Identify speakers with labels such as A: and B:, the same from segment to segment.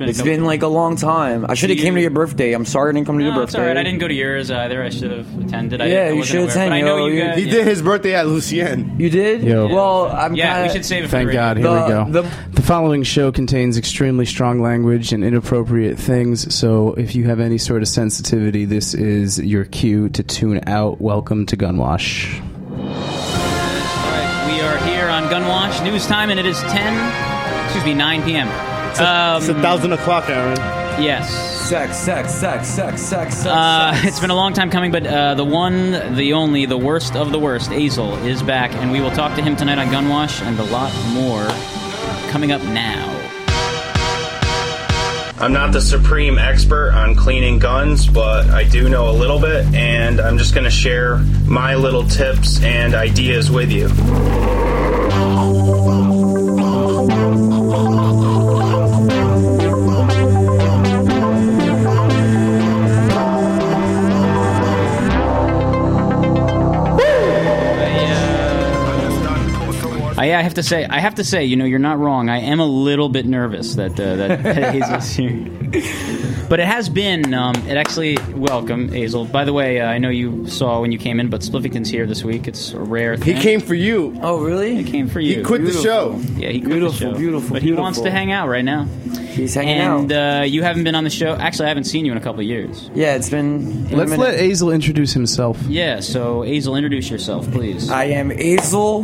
A: been a
B: It's
A: couple-
B: been like a long time. I should have
A: Two
B: came to your
A: years.
B: birthday. I'm sorry I didn't come to
A: No,
B: your
A: it's
B: birthday.
A: all right. I didn't go to yours either. I should have attended. I
B: Yeah,
A: I
B: you
A: wasn't
B: should
A: aware,
B: attend,
A: But I
B: yo.
A: know you
B: You-
A: guys.
B: he
C: He
A: yeah.
C: did his birthday at Lucien.
B: You did?
D: Yeah.
B: Well, I'm
A: Yeah,
B: kinda,
A: we should save it.
D: Thank
A: for
D: God. Here
B: The-
A: radio.
D: we go.
B: the-
D: The, following show contains extremely strong language and inappropriate things, so if you have any sort of sensitivity, this is your cue to tune out. Welcome to Gunwash.
A: All right, we are here on Gunwash News Time, and it is 10, excuse me, 9 p.m. Um,
C: It's a thousand o'clock, Aaron.
A: yes.
B: Sex, sex, sex, sex, sex, sex.
A: Uh,
B: sex.
A: it's been a long time coming, but uh, the one, the only, the worst of the worst, Azel, is back, and we will talk to him tonight on Gunwash and a lot more coming up now.
E: I'm not the supreme expert on cleaning guns, but I do know a little bit, and I'm just going to share my little tips and ideas with you.
A: I, I have to say, I have to say, you know, you're not wrong. I am a little bit nervous that uh, that that Hazel's here, but it has been. Um, it actually welcome Hazel. By the way, uh, I know you saw when you came in, but Spliffington's here this week. It's a rare.
C: He
A: Thing.
C: came for you.
B: Oh, really?
A: Came for you.
C: He quit the
B: Beautiful.
C: show.
A: Yeah, he quit
B: Beautiful,
A: the show.
B: beautiful,
A: But he
B: beautiful.
A: wants to hang out right now.
B: He's hanging
A: and
B: out.
A: uh, you haven't been on the show. Actually, I haven't seen you in a couple of years.
B: yeah, it's been. been a
D: Let's
B: minute.
D: let Azel introduce himself.
A: Yeah. So, Hazel, introduce yourself, please.
B: I am Azel.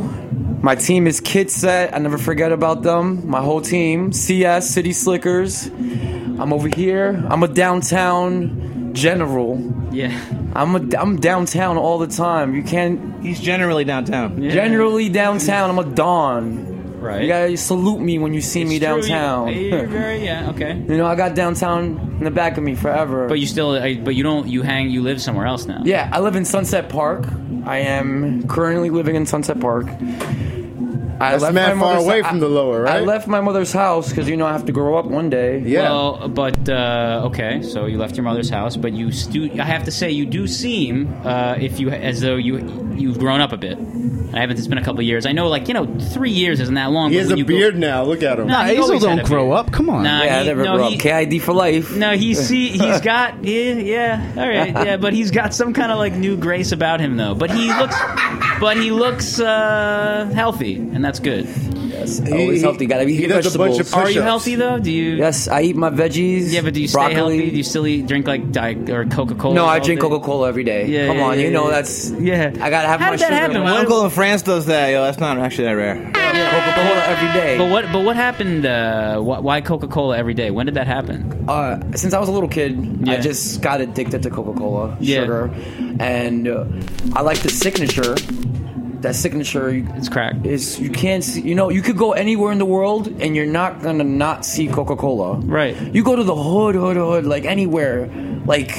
B: My team is Kid Set. I never forget about them. My whole team, CS City Slickers. I'm over here. I'm a downtown general.
A: yeah.
B: I'm a, I'm downtown all the time. You can't
F: He's generally downtown.
A: Yeah.
B: generally downtown. I'm a don.
A: Right.
B: You gotta salute me when you see me
A: It's true, you-
B: downtown.
A: You're very, yeah. Okay.
B: You know, I got downtown in the back of me forever.
A: But you still, I, but you don't, you hang, you live somewhere else now.
B: yeah, I live in Sunset Park. I am currently living in Sunset Park. I
C: That's mad far
B: mother's-
C: away
B: I-
C: from the lower,
B: I
C: right?
B: left my mother's house because you know I have to grow up one day.
C: Yeah.
A: Well, but uh, okay, so you left your mother's house, but you stu- I have to say, you do seem, uh, if you as though you you've grown up a bit. I haven't. It's been a couple years. I know, like you know, three years isn't that long.
C: He
A: but
C: has
A: when
C: a
A: you go-
C: beard now. Look at him.
A: No, he
D: Azel
A: always had
D: don't
A: a
D: grow
A: beard.
D: up. Come on.
A: Nah,
B: Yeah, I
A: he-
B: never
A: no,
B: grew
A: he-
B: up. KID for life.
A: No, he's he, he's got yeah yeah all right yeah, but he's got some kind of like new grace about him though. But he looks, but he looks uh, healthy, and that's good.
B: Yes, always healthy. Gotta eat
C: he
B: your
C: does a bunch
B: vegetables.
C: of
A: Are you
C: push-ups.
A: healthy though? Do you?
B: yes, I eat my veggies.
A: Yeah, but do you stay
B: broccoli.
A: healthy? Do you still eat, drink like diet or Coca Cola?
B: no, I drink Coca Cola every day.
A: Yeah,
B: Come
A: yeah,
B: on,
A: yeah,
B: you know
A: yeah.
B: that's.
A: Yeah.
B: I gotta have
A: How
B: my
A: did that
B: sugar.
A: happen?
F: My
A: Why-
F: uncle in France does that. Yo, that's not actually that rare.
B: Coca Cola every day.
A: But what? But what happened? Uh, wh- why Coca Cola every day? When did that happen?
B: uh, since I was a little kid, I
A: Yeah.
B: just got addicted to Coca Cola
A: Yeah.
B: sugar, and uh, I like the signature. That signature you-
A: It's crack.
B: is you can't see. You know, you could go anywhere in the world, and you're not gonna not see Coca Cola.
A: Right.
B: You go to the hood, hood, hood, like anywhere, like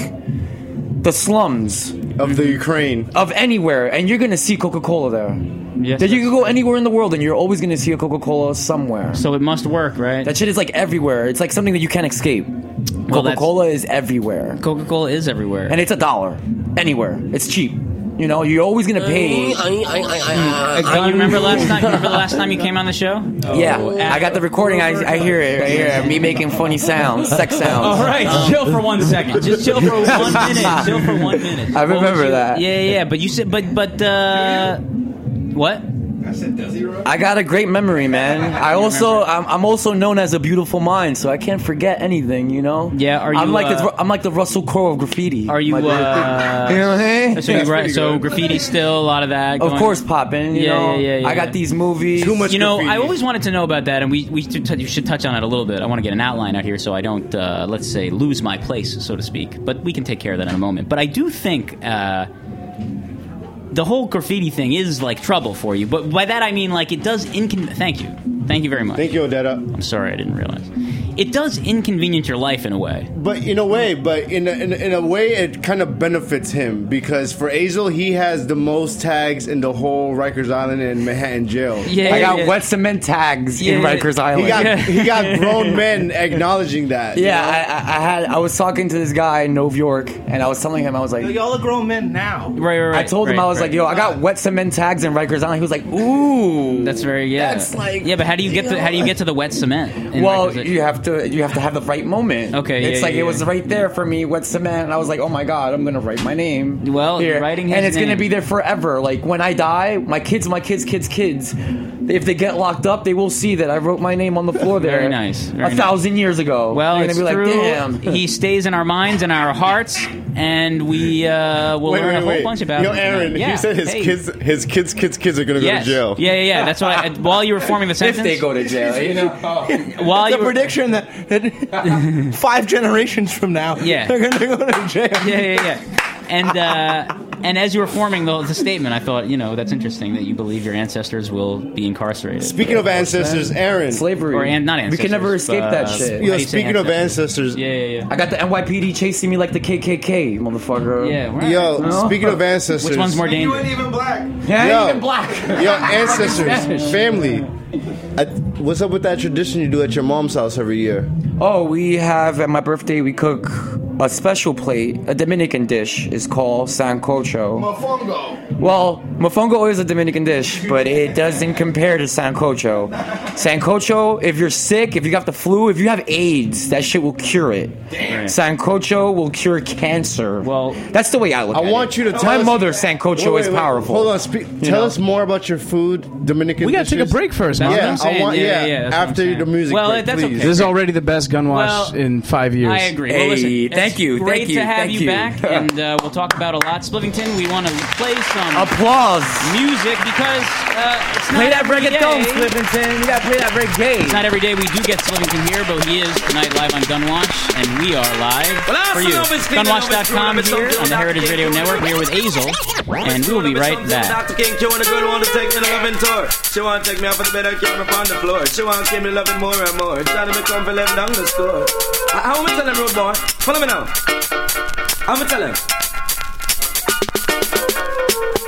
B: the slums
C: of the Ukraine.
B: of anywhere, and you're gonna see Coca Cola there.
A: Yes,
B: That you could go anywhere in the world, and you're always gonna see a Coca Cola somewhere.
A: So it must work, right?
B: That shit is like everywhere. It's like something that you can't escape. Coca
A: that's-
B: Cola is everywhere.
A: Coca Cola is everywhere.
B: and it's a dollar anywhere. It's cheap. You know, you're always gonna pay.
A: Uh, you remember last time? You remember the last time you came on the show?
B: yeah, I got the recording. I, I hear it right here. Me making funny sounds, sex sounds. Um,
A: All right, chill for one second. Um, Just chill for one minute. Chill for one minute.
B: I
A: What was
B: remember
A: your-
B: that.
A: Yeah, yeah, yeah, but you said, but but uh, what?
B: I got a great memory, man. I also I'm, I'm also known as a beautiful mind, so I can't forget anything. You know.
A: Yeah, are
B: I'm
A: you,
B: like
A: uh,
B: the, I'm like the Russell Crowe of graffiti.
A: Are you?
B: My dude.
A: Uh,
B: you know what I mean?
A: so you right? So graffiti still uh, a lot of that.
B: Of
A: going-
B: course, poppin'. You
A: Yeah,
B: know,
A: yeah, yeah, yeah,
B: I
A: yeah.
B: got these movies.
C: Too much
A: You know,
C: graffiti.
A: I always wanted to know about that, and we we should tou- you should touch on it a little bit. I want to get an outline out here so I don't, uh, let's say, lose my place, so to speak. But we can take care of that in a moment. But I do think uh, the whole graffiti thing is like trouble for you. But by that I mean like it does incon. Thank you, thank you very much.
C: Thank you, Odetta.
A: I'm sorry, I didn't realize. It does inconvenience your life in a way.
C: But in a way, but in a, in, a, in a way, it kind of benefits him because for Azel, he has the most tags in the whole Rikers Island and Manhattan jail.
A: Yeah,
B: I got wet cement tags in
A: Yeah, yeah.
B: Rikers Island.
C: He got he got grown men acknowledging that.
B: Yeah, I, I I had I was talking to this guy in Nove York, and I was telling him I was like,
F: Y'all are grown men now.
A: Right, right, right.
B: I told him
A: right,
B: I was
A: right.
B: like, yo, I got wet cement tags in Rikers Island. He was like, ooh,
A: That's very yeah.
B: That's like-
A: yeah, but how do you get to how do you get to the wet cement? in
B: well,
A: Rikers Island?
B: you have to you have to have the right moment.
A: Okay,
B: it's
A: yeah,
B: like
A: yeah,
B: it was
A: yeah.
B: right there for me. What's the man? And I was like, oh my god, I'm gonna write my name.
A: Well, you're writing his
B: and it's
A: name.
B: gonna be there forever. Like when I die, my kids, my kids, kids, kids. If they get locked up, they will see that I wrote my name on the floor there.
A: Very nice, very
B: a thousand years ago.
A: Well,
B: Oh. They're
A: it's
B: gonna be
A: true.
B: like, damn.
A: He stays in our minds and our hearts, and we uh, will
C: Wait,
A: learn
C: wait,
A: a whole
C: wait.
A: bunch about
C: Yo,
A: him.
C: Aaron,
A: Yeah,
C: he said his
A: hey.
C: kids, his kids, kids, kids are gonna go
A: Yes.
C: to jail.
A: Yeah, yeah, yeah. That's why. I, while you were forming the
B: if
A: sentence,
B: they go to jail, you know.
F: Oh.
A: while
F: The
A: you were,
F: prediction that, that five generations from now,
A: Yeah.
F: they're going to go to jail.
A: yeah, yeah, yeah. And uh, and as you were forming the, the statement, I thought, you know, that's interesting that you believe your ancestors will be incarcerated.
C: Speaking of ancestors, Aaron.
B: Slavery.
A: or and not
B: We
A: ancestors.
B: can never escape
A: but,
B: that
A: uh,
B: shit.
A: how
C: Yo,
A: do you say
C: speaking of ancestors,
A: Yeah, yeah, yeah.
B: I got the NYPD chasing me like the KKK, motherfucker.
A: Yeah, we're
C: yo,
A: not-
C: speaking of ancestors,
A: which one's more dangerous?
F: even black.
B: Yeah, I ain't
C: Yo.
B: even black.
C: Yo, ancestors, family. I, what's up with that tradition you do at your mom's house every year?
B: Oh, we have at my birthday we cook a special plate, a Dominican dish. It's called sancocho.
C: Mofongo.
B: Well, mofongo is a Dominican dish, but it doesn't compare to sancocho. Sancocho, if you're sick, if you got the flu, if you have AIDS, that shit will cure it. Sancocho will cure cancer.
A: Well-
B: that's the way I look.
C: I
B: at
C: want
B: it.
C: you to tell
B: my
C: us-
B: mother sancocho
C: Wait,
B: is
C: wait, wait.
B: powerful.
C: Hold on. Speak, tell us more about your food, Dominican.
D: We gotta take a
C: dishes.
D: break first, man.
A: That's what
C: Yeah,
A: I'm saying.
C: I want.
A: Yeah,
C: Yeah,
A: yeah, yeah, that's what I'm
C: after
A: saying.
C: the music.
A: Well,
C: break,
A: that's
C: please.
D: This
A: okay.
D: is already the best gun wash
A: Well,
D: in five years.
A: I agree. well,
B: Hey,
A: listen,
B: thank
A: it's
B: you,
A: Great
B: thank you,
A: to have
B: thank
A: you,
B: you.
A: back, and uh, we'll talk about a lot. Spliffington, we want to play some
B: Applause.
A: music because uh, it's not
B: Play that
A: every
B: reggaeton,
A: day.
B: Slippington. You gotta play that reggae.
A: It's not every day we do get Slimmington here, but he is tonight live on Gunwash, and we are live for you. Gunwash.com here on the Heritage Radio Network. We are with Azel, and we will be right back.
G: Dr. King, she want a girl who want to take me on a loving tour. She want to take me off of the bed and carry me upon the floor. She want to keep me loving more and more. She want to come for living down the score. I- How am I telling road boy? Follow me now. I'm gonna tell him.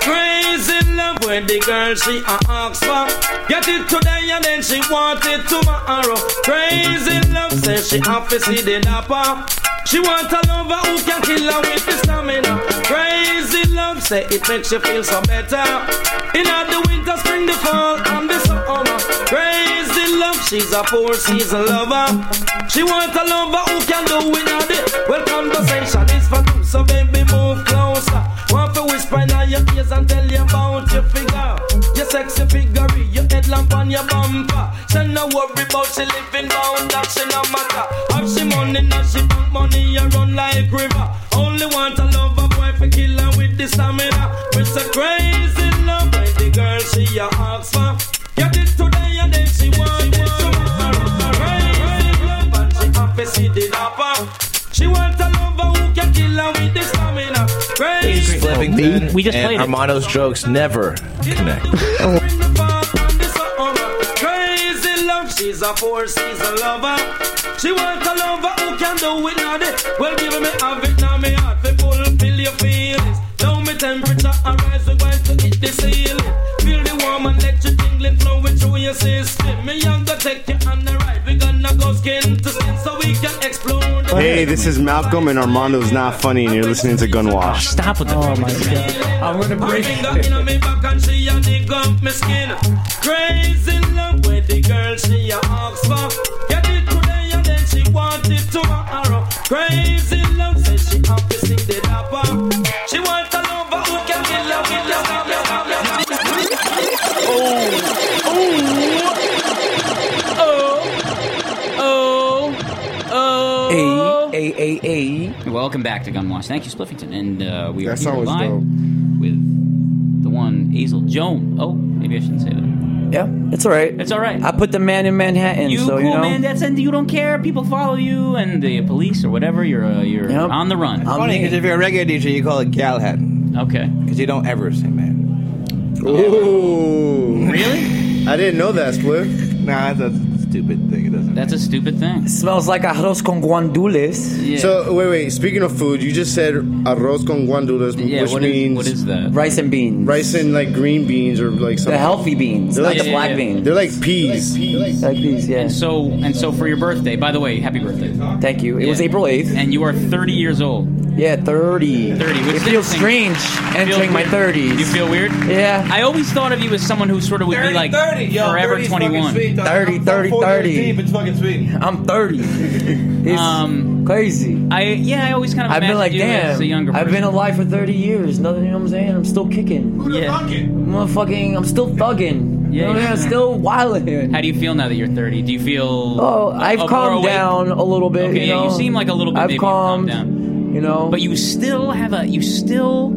G: Crazy love with the girl she a ask for. Get it today and then she want it tomorrow. Crazy love says she have to see the napper. She want a lover who can kill her with the stamina. Crazy love say it makes you feel so better. In the winter, spring, the fall, and the summer. Crazy love, she's a four season lover. She want a lover who can do without it. Well, conversation is for two, so baby, move closer. Want to whisper in your ears and tell you about your figure. Your sexy figure, your headlamp on your bumper. She no worry about she living round that she no matter. Have she money, now she bank money, you run like river. Only want a lover, boy, for killer with the stamina. It's a crazy love, when the girl she a ask for. Get it today and then she want it tomorrow. Crazy love, and she have to see the lover. She want a lover who can kill her with the stamina. Crazy.
F: Flemington
A: We just
F: and
A: played it.
F: Armando's jokes never connect. Oh.
G: Crazy love, she's a four season lover. She wants a lover who can do it now. they- Well, give me a it now, me heart to fulfill your feelings. Now me temperature arise, we're going to hit the ceiling. Feel the warm and let you tingling flowing through your system. Me younger take you on the ride, we gonna go skin to skin so we can explore. the-
C: Hey, this is Malcolm, and Armando's not funny, and you're listening to Gunwash.
A: Stop with the oh my
B: I'm gonna
G: Her
B: break.
G: finger in me back and she a dig up my skin. Crazy love with the girl she a ask for. Get it today and then she want it tomorrow. Crazy love says she have to sing the dapper. She want a lover who can kill her with love, love, love, love, love.
B: Oh, A A A A.
A: Welcome back to Gunwash. Thank you, Spliffington, and uh, we are
C: That
A: here
C: song was
A: live
C: dope.
A: with the one Azel Joan. Oh, maybe I shouldn't say that.
B: Yeah, it's all right.
A: It's all right.
B: I put the man in Manhattan,
A: You
B: so
A: cool
B: you know.
A: man, that's and you don't care. People follow you, and the police or whatever. You're uh, you're
B: Yep.
A: on the run.
B: I'm
F: Funny, because if you're a reggae DJ, you call it Galhead.
A: okay,
F: Because you don't ever say man.
C: Ooh,
A: really?
C: I didn't know that, Split.
F: Nah, that's a stupid thing. It doesn't
A: That's a stupid thing.
B: smells like arroz con guandules.
A: Yeah.
C: So wait, wait. Speaking of food, you just said arroz con guandules,
A: yeah,
C: which
A: what is-
C: means
A: what is that?
B: Rice and beans.
C: rice and like green beans or like
B: The
C: something.
B: healthy beans,
C: They're
B: not
C: like-
B: the
A: Yeah,
B: black
A: yeah, yeah.
B: beans.
C: They're like peas.
B: Like peas, yeah.
A: And so and so for your birthday, by the way, happy birthday.
B: Thank you. It was
A: Yeah.
B: April 8th.
A: And you are 30 years old.
B: Yeah, 30.
A: 30,
B: It
A: which is
B: feels
A: interesting.
B: strange entering
A: Feel
B: my
A: weird?
B: 30s.
A: You feel weird?
B: Yeah.
A: I always thought of you as someone who sort of would be like
F: 30, yo,
A: forever
F: 30 is fucking
A: 21.
F: sweet, dog.
B: 30,
F: I'm
B: 30,
F: four years
B: 30.
F: deep, it's fucking fucking sweet.
B: I'm 30. It's
A: Um,
B: crazy.
A: I yeah, I always kind of
B: I've been
A: imagined
B: like,
A: you as
B: damn.
A: a younger
B: I've been
A: person.
B: alive for 30 years. Nothing. You know what I'm saying? I'm still kicking.
F: Who the
A: Yeah.
F: fuck it?
B: Motherfucking. I'm still thugging.
A: Yeah,
B: you know what I mean?
A: yeah.
B: I'm still wilding.
A: How do you feel now that you're 30? Do you feel?
B: Oh,
A: a-
B: I've
A: a more
B: calmed
A: awake-
B: down a little bit.
A: Okay,
B: you
A: yeah,
B: know?
A: you seem like a little bit
B: I've
A: maybe you've calmed
B: calmed,
A: down.
B: You know,
A: But you still have a. You still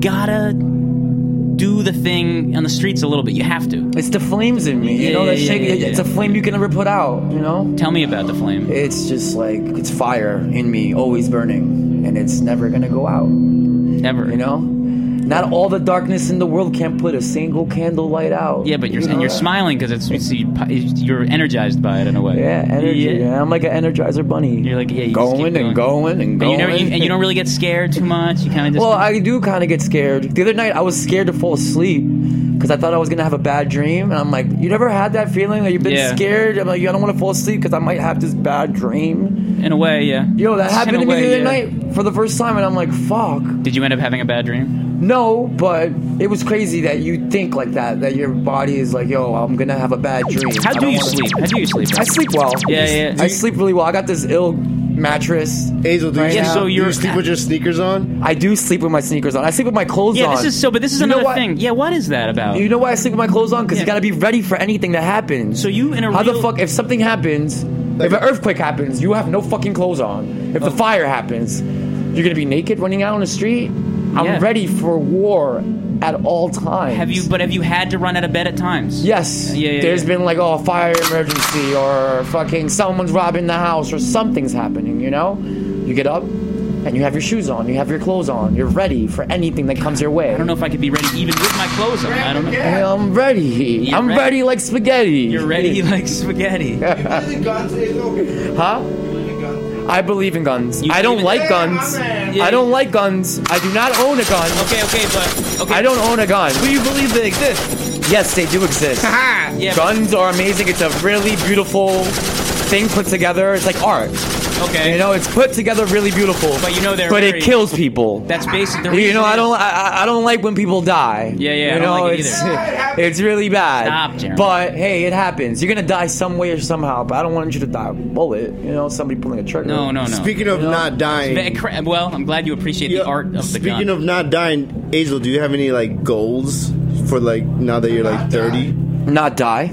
A: gotta do the thing on the streets a little bit. You have to.
B: it's the flames in me.
A: Yeah,
B: you know,
A: yeah,
B: that
A: yeah,
B: shit.
A: yeah, yeah.
B: It's a flame you can never put out. You know,
A: Tell me about the flame.
B: it's just like it's fire in me, always burning, and it's never gonna go out.
A: Ever.
B: You know, not all the darkness in the world can put a single candle light out.
A: Yeah, but you're
B: You know
A: and you're
B: that?
A: smiling because it's, it's you're energized by it in a way.
B: Yeah, energy.
A: Yeah.
B: yeah, I'm like an energizer bunny.
A: You're like yeah, you just keep
B: going and
A: going.
B: going and
A: And
B: going.
A: you, never, you, and you don't really get scared too much. You kind of just
B: Well, I do kind of get scared. The other night, I was scared to fall asleep because I thought I was gonna have a bad dream, and I'm like, you never had that feeling that you've been
A: Yeah.
B: scared. I'm like, I don't want to fall asleep because I might have this bad dream.
A: in a way, yeah.
B: Yo, that
A: Just in
B: happened
A: a
B: to me
A: way,
B: the other
A: yeah.
B: night for the first time, and I'm like, fuck.
A: Did you end up having a bad dream?
B: No, but it was crazy that you think like that. That your body is like, yo, I'm gonna have a bad dream.
A: How
B: I
A: do
B: don't
A: you
B: wanna-
A: sleep? How do you sleep?
B: I sleep well.
A: Yeah, yeah.
B: I sleep really well. I got this ill mattress.
C: Hazel, do you,
B: Right
C: sleep-
B: now.
A: so
C: do
A: you're-
C: you sleep with your sneakers on?
B: I do sleep with my sneakers on. I sleep with my clothes
A: Yeah,
B: on.
A: this is so. But this is
B: You know
A: another
B: what?
A: thing. Yeah, what is that about?
B: You know why I sleep with my clothes on? Because
A: Yeah.
B: you gotta be ready for anything that happens.
A: so you in a
B: how
A: real,
B: the fuck if something happens, if an earthquake happens, you have no fucking clothes on.
A: Oh.
B: If the fire happens, you're gonna be naked running out on the street. I'm
A: Yeah.
B: ready for war at all times.
A: have you? But have you had to run out of bed at times?
B: Yes.
A: Yeah, yeah,
B: There's
A: yeah.
B: been like oh a fire emergency or fucking someone's robbing the house or something's happening. You know, you get up and you have your shoes on, you have your clothes on, you're ready for anything that comes your way.
A: I don't know if I could be ready even with my clothes on. I don't know.
B: I'm ready. I'm
A: ready.
B: ready. like spaghetti.
A: You're ready like spaghetti.
B: Huh? I believe in guns.
A: You
B: I don't
A: believe in-
B: like guns. I don't like guns. I do not own a gun.
A: Okay, okay, but okay.
B: I don't own a gun.
A: Do you believe they exist?
B: Yes, they do exist.
A: Yeah. but-
B: guns are amazing. It's a really beautiful thing put together. It's like art.
A: okay.
B: You know, it's put together really beautiful.
A: But you know they're
B: But
A: very-
B: it kills people.
A: that's basic. The
B: you
A: reason
B: know, I
A: is-
B: don't, I, I- I don't like when people die.
A: Yeah, yeah, I
B: You
A: don't
B: know,
A: like it
B: it's,
A: either.
B: it's really bad.
A: Stop, Jeremy.
B: But hey, it happens. You're gonna die some way or somehow. But I don't want you to die with a bullet. You know, somebody pulling a trigger.
A: No, no, no.
C: Speaking of not
A: Ba-
C: dying,
A: cra- Well, I'm glad you appreciate the art of the
C: speaking
A: gun.
C: of not dying, Hazel, do you have any like goals for like now that you're like 30?
B: Not die.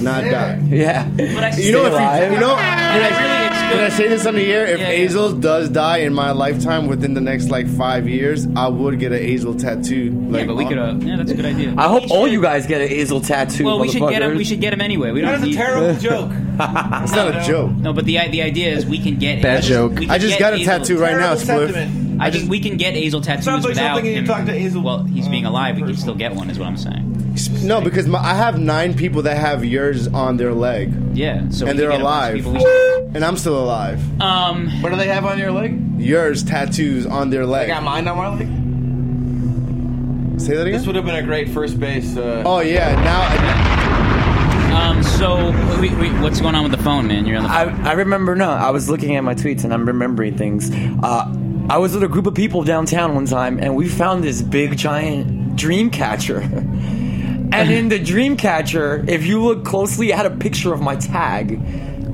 C: Not die.
B: Yeah.
A: but I
C: You know, if
B: alive.
C: you, you know,
A: I really- it's
C: Did I
A: good.
C: say this on the air? If
A: Yeah, yeah.
C: Azel does die in my lifetime within the next like five years, I would get an Azel tattoo. Like,
A: yeah, but we
C: on-
A: could. Uh, yeah, that's a good idea.
B: I hope
A: We
B: all
A: should-
B: you guys get an Azel tattoo.
A: Well, we should get him. We
B: motherfuckers.
A: should get him anyway. We
F: That
A: don't
F: is a
A: need.
F: terrible joke.
C: It's not a joke.
A: No, but the i- the idea is we can get
D: Bad
A: Azel-
D: joke.
A: we can
C: I just
A: get
C: got a
A: Azel-
C: tattoo right now,
F: Terrible
C: Spliff.
F: sentiment.
A: I think we can get Azel tattoos
F: Sounds like
A: without
F: something you
A: him.
F: talk to Hazel-
A: Well, he's being
F: uh,
A: alive. We can
F: person.
A: still get one, is what I'm saying.
C: No, because my, I have nine people that have yours on their leg,
A: Yeah. So we
C: and
A: can
C: they're
A: get a bunch of
C: alive,
A: people we should-
C: and I'm still alive.
A: um.
F: What do they have on your leg?
C: Yours tattoos on their
F: I
C: leg.
F: got mine on my leg.
C: Say that
F: This
C: again.
F: would have been a great first base. Uh,
C: Oh yeah, now
A: Um. So wait, wait, what's going on with the phone, man? You're on the.
B: I, I remember no i was looking at my tweets and i'm remembering things uh, i was with a group of people downtown one time and we found this big giant dream catcher and in the dream catcher if you look closely i had a picture of my tag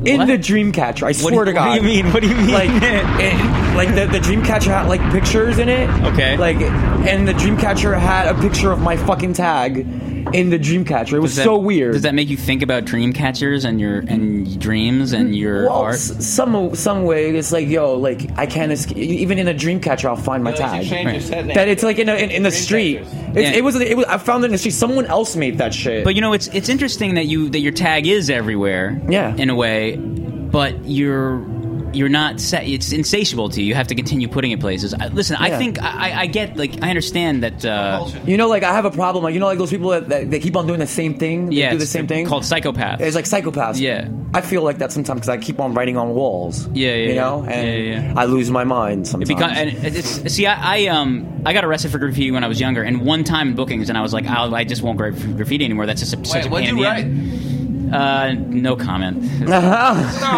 B: in
A: What?
B: the dream catcher i
A: do-
B: swear to
A: what
B: god
A: do you mean? What do you mean?
B: like it, like the, the dream catcher had like pictures in it
A: Okay.
B: like and the dream catcher had a picture of my fucking tag in the dream catcher it was
A: Does that-
B: so weird
A: Does that make you think about dream catchers and your and dreams and your
B: Well,
A: art?
B: s- some some way it's like yo, like I can't escape. Even in a dream catcher, I'll find my
F: you
B: tag.
F: change your set name.
B: That it's like in a, in, in the
F: Dream
B: street.
F: catchers.
B: It,
A: Yeah.
B: it was it was I found it in the street. Someone else made that shit.
A: But you know, it's it's interesting that you that your tag is everywhere.
B: Yeah.
A: In a way, but you're you're not set. It's insatiable to you. You have to continue putting it places. I, listen, I
B: Yeah.
A: think I, I- I get like I understand that. Uh,
B: you know, like I have a problem. Like you know, like those people that, that they keep on doing the same thing. They
A: yeah,
B: do the
A: it's
B: same thing.
A: called psychopath.
B: it's like psychopaths.
A: Yeah.
B: I feel like that sometimes because I keep on writing on walls.
A: Yeah, yeah,
B: You
A: yeah.
B: know, and
A: Yeah, yeah, yeah.
B: I lose my mind sometimes.
A: Because and it's, see, I, I um I got arrested for graffiti when I was younger, and one time in bookings, and I was like, I'll, I just won't gra- graffiti anymore. That's just a, such a
F: what'd
A: pain
F: you
A: in the end. Uh, no comment.
F: No,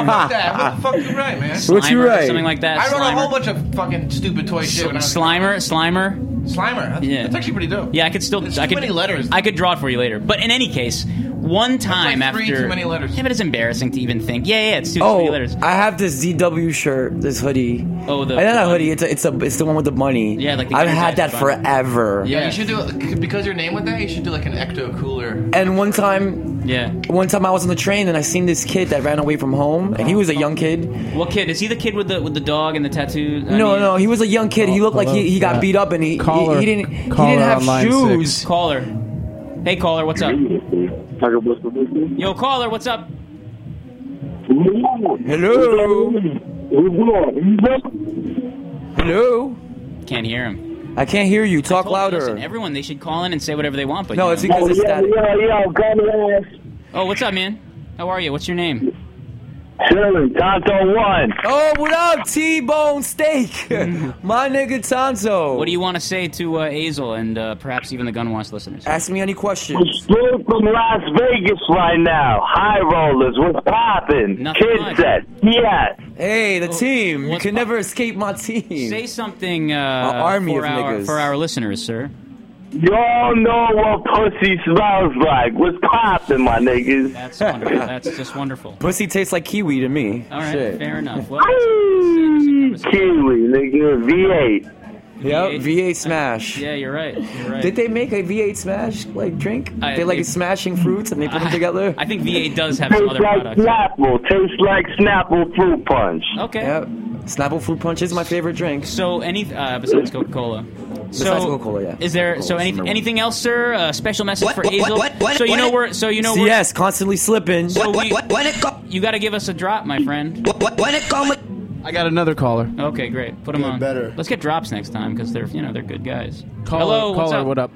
F: fuck that. What the fuck you write, man?
B: What you
A: Slimer or
B: write?
A: Something like that.
F: I wrote a
A: Slimer.
F: whole bunch of fucking stupid toy shit. when I was a
A: Slimer, Slimer,
F: kid. Slimer. That's,
A: Yeah.
F: that's actually pretty dope.
A: Yeah, I could still.
F: There's
A: I
F: too
A: could,
F: many letters.
A: I could draw it for you later. But in any case, one time
H: like three
A: after.
H: too many letters.
A: Yeah, but it's embarrassing to even think. Yeah, yeah, it's two three
B: Oh,
A: letters.
B: I have this DW shirt, this hoodie.
A: Oh, the-
B: I not
A: the-
B: a hoodie. It's a, it's a it's the one with the money.
A: Yeah, like the
B: I've
A: Energizer
B: had that
A: bunny.
B: forever.
H: Yeah, you should do it because your name went there. You should do like an ecto cooler.
B: And one time,
A: yeah.
B: one time I was on the train and I seen this kid that ran away from home, and he was a young kid.
A: What kid? Is he the kid with the with the dog and the tattoo?
B: No, no, he was a young kid. He looked like he, he got
D: Yeah.
B: beat up and he, he,
D: Caller.
B: he didn't he
D: Caller
B: didn't have
D: on line
B: shoes.
D: six.
A: Caller. Hey, caller, what's up?
I: Tiger Woods for Michigan.
A: Yo, caller, what's up?
B: Hello, hello.
A: Can't hear him.
B: I can't hear you. Talk
A: Told you,
B: louder.
A: listen, everyone, they should call in and say whatever they want. But
B: no,
A: you
B: it's
A: know.
B: because it's static.
A: oh, what's up, man? How are you? What's your name?
I: Shirley, Tonto one.
B: Oh, what up, T Bone Steak? My nigga Tonto.
A: What do you want to say to uh, Azel and uh, perhaps even the Gunwash listeners?
B: ask me any questions?
I: I'm straight from Las Vegas right now. High rollers, what's poppin'?
A: Nothing
I: Kid
A: much.
I: set, yeah.
B: Hey, the team. You
A: Oh, what's
B: can
A: up?
B: never escape my team.
A: Say something uh,
B: army
A: for,
B: of
A: our,
B: niggas.
A: for our listeners, sir.
I: Y'all know what pussy smells like. What's poppin', my niggas?
A: That's wonderful. That's just wonderful.
B: Pussy tastes like kiwi to me.
A: All right,
B: Shit.
A: fair enough. Well,
I: Woo! Kiwi, nigga, V8.
B: Yep,
A: V8.
B: V8 Smash.
A: yeah, you're right. You're right.
B: Did they make a V8 Smash like drink?
A: I-
B: they like
A: they-
B: smashing fruits and they put them together.
A: I think V8 does have some
I: Tastes
A: other
I: like
A: products.
I: Snapple. Tastes like Snapple fruit punch.
A: Okay.
B: Yep. Snapple fruit punch is my favorite drink.
A: So any uh, besides Coca Cola. So
B: Coca-Cola, yeah.
A: Is there so
B: Coca-Cola's
A: any,
B: number one.
A: anything else, sir? Uh, special message
J: What,
A: for
J: what,
A: Azel?
J: what, what,
A: so you
J: what?
A: know we're so you know we're,
B: CS constantly slipping.
A: So
J: What,
A: we-
J: what, when it come,
A: you got to give us a drop, my friend.
J: what, when it come,
D: I got another caller.
A: Okay, great. Put them
C: Good,
A: on.
C: better.
A: Let's get drops next time because they're you know they're good guys.
D: Caller,
A: Hello, what's
D: caller,
A: up?
D: what up?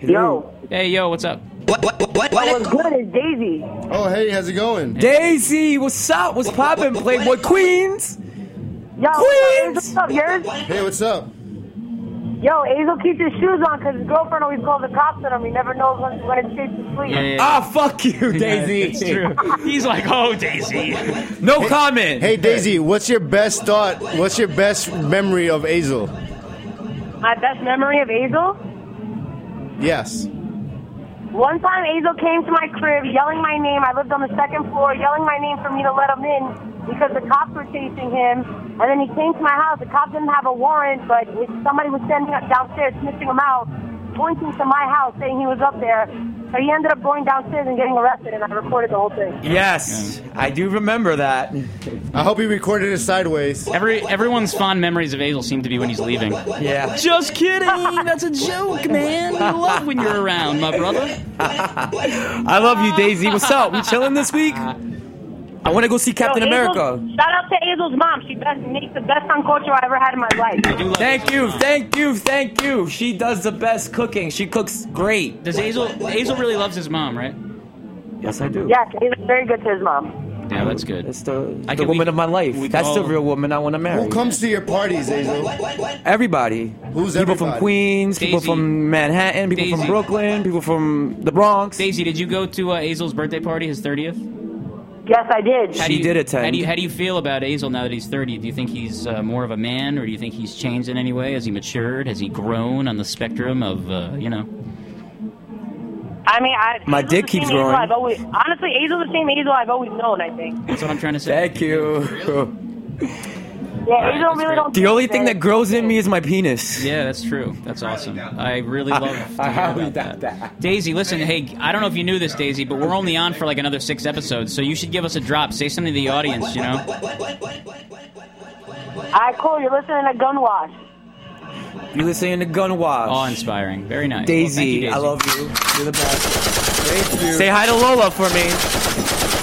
I: Yo,
A: Hey, yo, what's up?
J: what, what, what, what, when it come,
I: good is Daisy?
C: Oh, hey, how's it going?
B: Daisy, what's up? What's
J: what-
B: poppin'?
J: what-
B: Playboy
J: what-
B: Queens.
I: Yo,
B: Queens! what's
I: up, yours?
C: Hey, what's up?
I: Yo, Hazel keeps his shoes on because his girlfriend always calls the cops on him. He never knows when, when it's safe to sleep.
B: Ah, fuck you, Daisy.
A: He's like, oh, Daisy.
B: No comment.
C: Hey, Daisy, what's your best thought? What's your best memory of Azel?
I: My best memory of Hazel?
C: Yes.
I: One time Hazel came to my crib yelling my name. I lived on the second floor, yelling my name for me to let him in because the cops were chasing him. And then he came to my house. The cops didn't have a warrant, but if somebody was standing up downstairs snitching him out, pointing to my house saying he was up there. So he ended up going downstairs and getting arrested, and I recorded the whole thing.
B: Yes, I do remember that.
C: I hope you recorded it sideways.
A: Every everyone's fond memories of Azel seem to be when he's leaving.
B: Yeah.
A: Just kidding. That's a joke, man. We love when you're around, my brother.
B: I love you, Daisy. What's up? We chilling this week? I want to go see Captain
I: Yo, Hazel-
B: America.
I: Shout out to Hazel's mom. She best, makes the best sancocho I ever had in my life.
A: I do love
B: Thank
A: Azel.
B: you, thank you, thank you. She does the best cooking. She cooks great.
A: Does Azel Azel really loves his mom, right?
B: Yes, I do.
I: Yes, Hazel's very good to his mom.
A: Yeah, that's good.
B: It's the,
A: I
B: the
A: can-
B: woman
A: we-
B: of my life.
A: we
B: That's the
A: all-
B: real woman I want to marry.
C: Who comes to your parties, Azel?
B: Everybody.
C: Who's
B: people
C: everybody?
B: from Queens, people
A: Daisy.
B: from Manhattan, people
A: Daisy.
B: from Brooklyn, people from the Bronx.
A: Daisy, did you go to uh, Azel's birthday party, his 30th?
I: Yes, I did.
A: How
B: She
A: do you,
B: did attend.
A: How do, you, how do you feel about Azel now that he's 30? Do you think he's uh, more of a man, or do you think he's changed in any way? Has he matured? Has he grown on the spectrum of, uh, you know?
I: I mean, I,
B: My
I: Hazel's
B: dick
I: the
B: keeps
I: same Hazel
B: growing.
I: I've always, honestly, Hazel's the same Hazel I've always known, I think.
A: That's what I'm trying to say.
B: Thank you.
I: Yeah, Hazel
A: that's
I: really
A: great.
I: don't
B: The only thing that
I: change,
B: grows in me is my penis.
A: Yeah, that's true. That's awesome. I really love to
B: I
A: hear
B: highly
A: about
B: doubt that.
A: Daisy, listen, hey, I don't know if you knew this, Daisy, but we're only on for like another six episodes, so you should give us a drop. Say something to the audience, you know?
I: man. All right, cool. You're listening to Gun Wash.
B: You listening to Gun Wash.
A: Awe inspiring. Very nice. Well, thank you,
B: Daisy,
A: Daisy.
B: I love you. You're the best.
C: Thank you.
B: Say hi to Lola for me.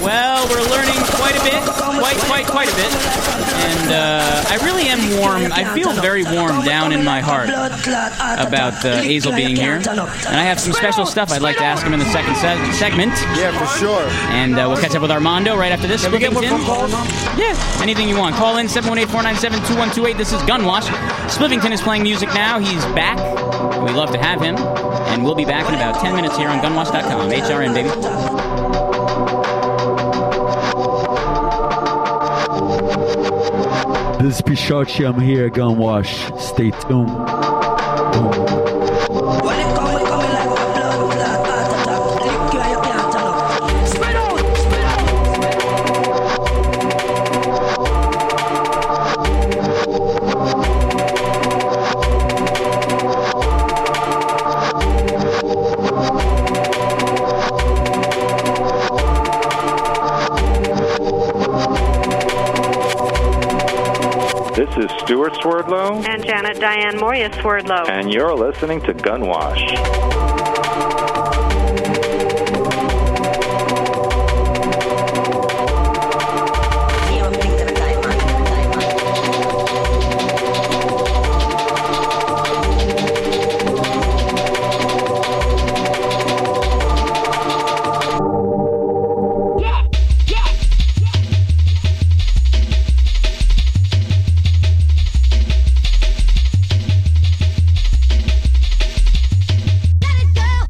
A: Well, we're learning quite a bit, quite, quite, quite a bit, and uh, I really am warm. I feel very warm down in my heart about uh, Hazel being here, and I have some special stuff I'd like to ask him in the second se- segment,
C: Yeah, for sure.
A: and uh, we'll catch up with Armando right after this.
B: we get more
A: Spliffington.
B: phone
A: Yeah, anything you want. Call in 718-497-2128. This is Gunwash. Spliffington is playing music now. He's back. We love to have him, and we'll be back in about 10 minutes here on gunwash.com. HRN, baby.
K: This is Pichochi, I'm here, Gunwash. Stay tuned.
J: when it come, it come like a blood clot heart attack. Lick you, you can't This is Stuart Swerdlow,
I: And Janet Diane Morius Wordlow.
J: and you're listening to Gunwash.
L: Gotta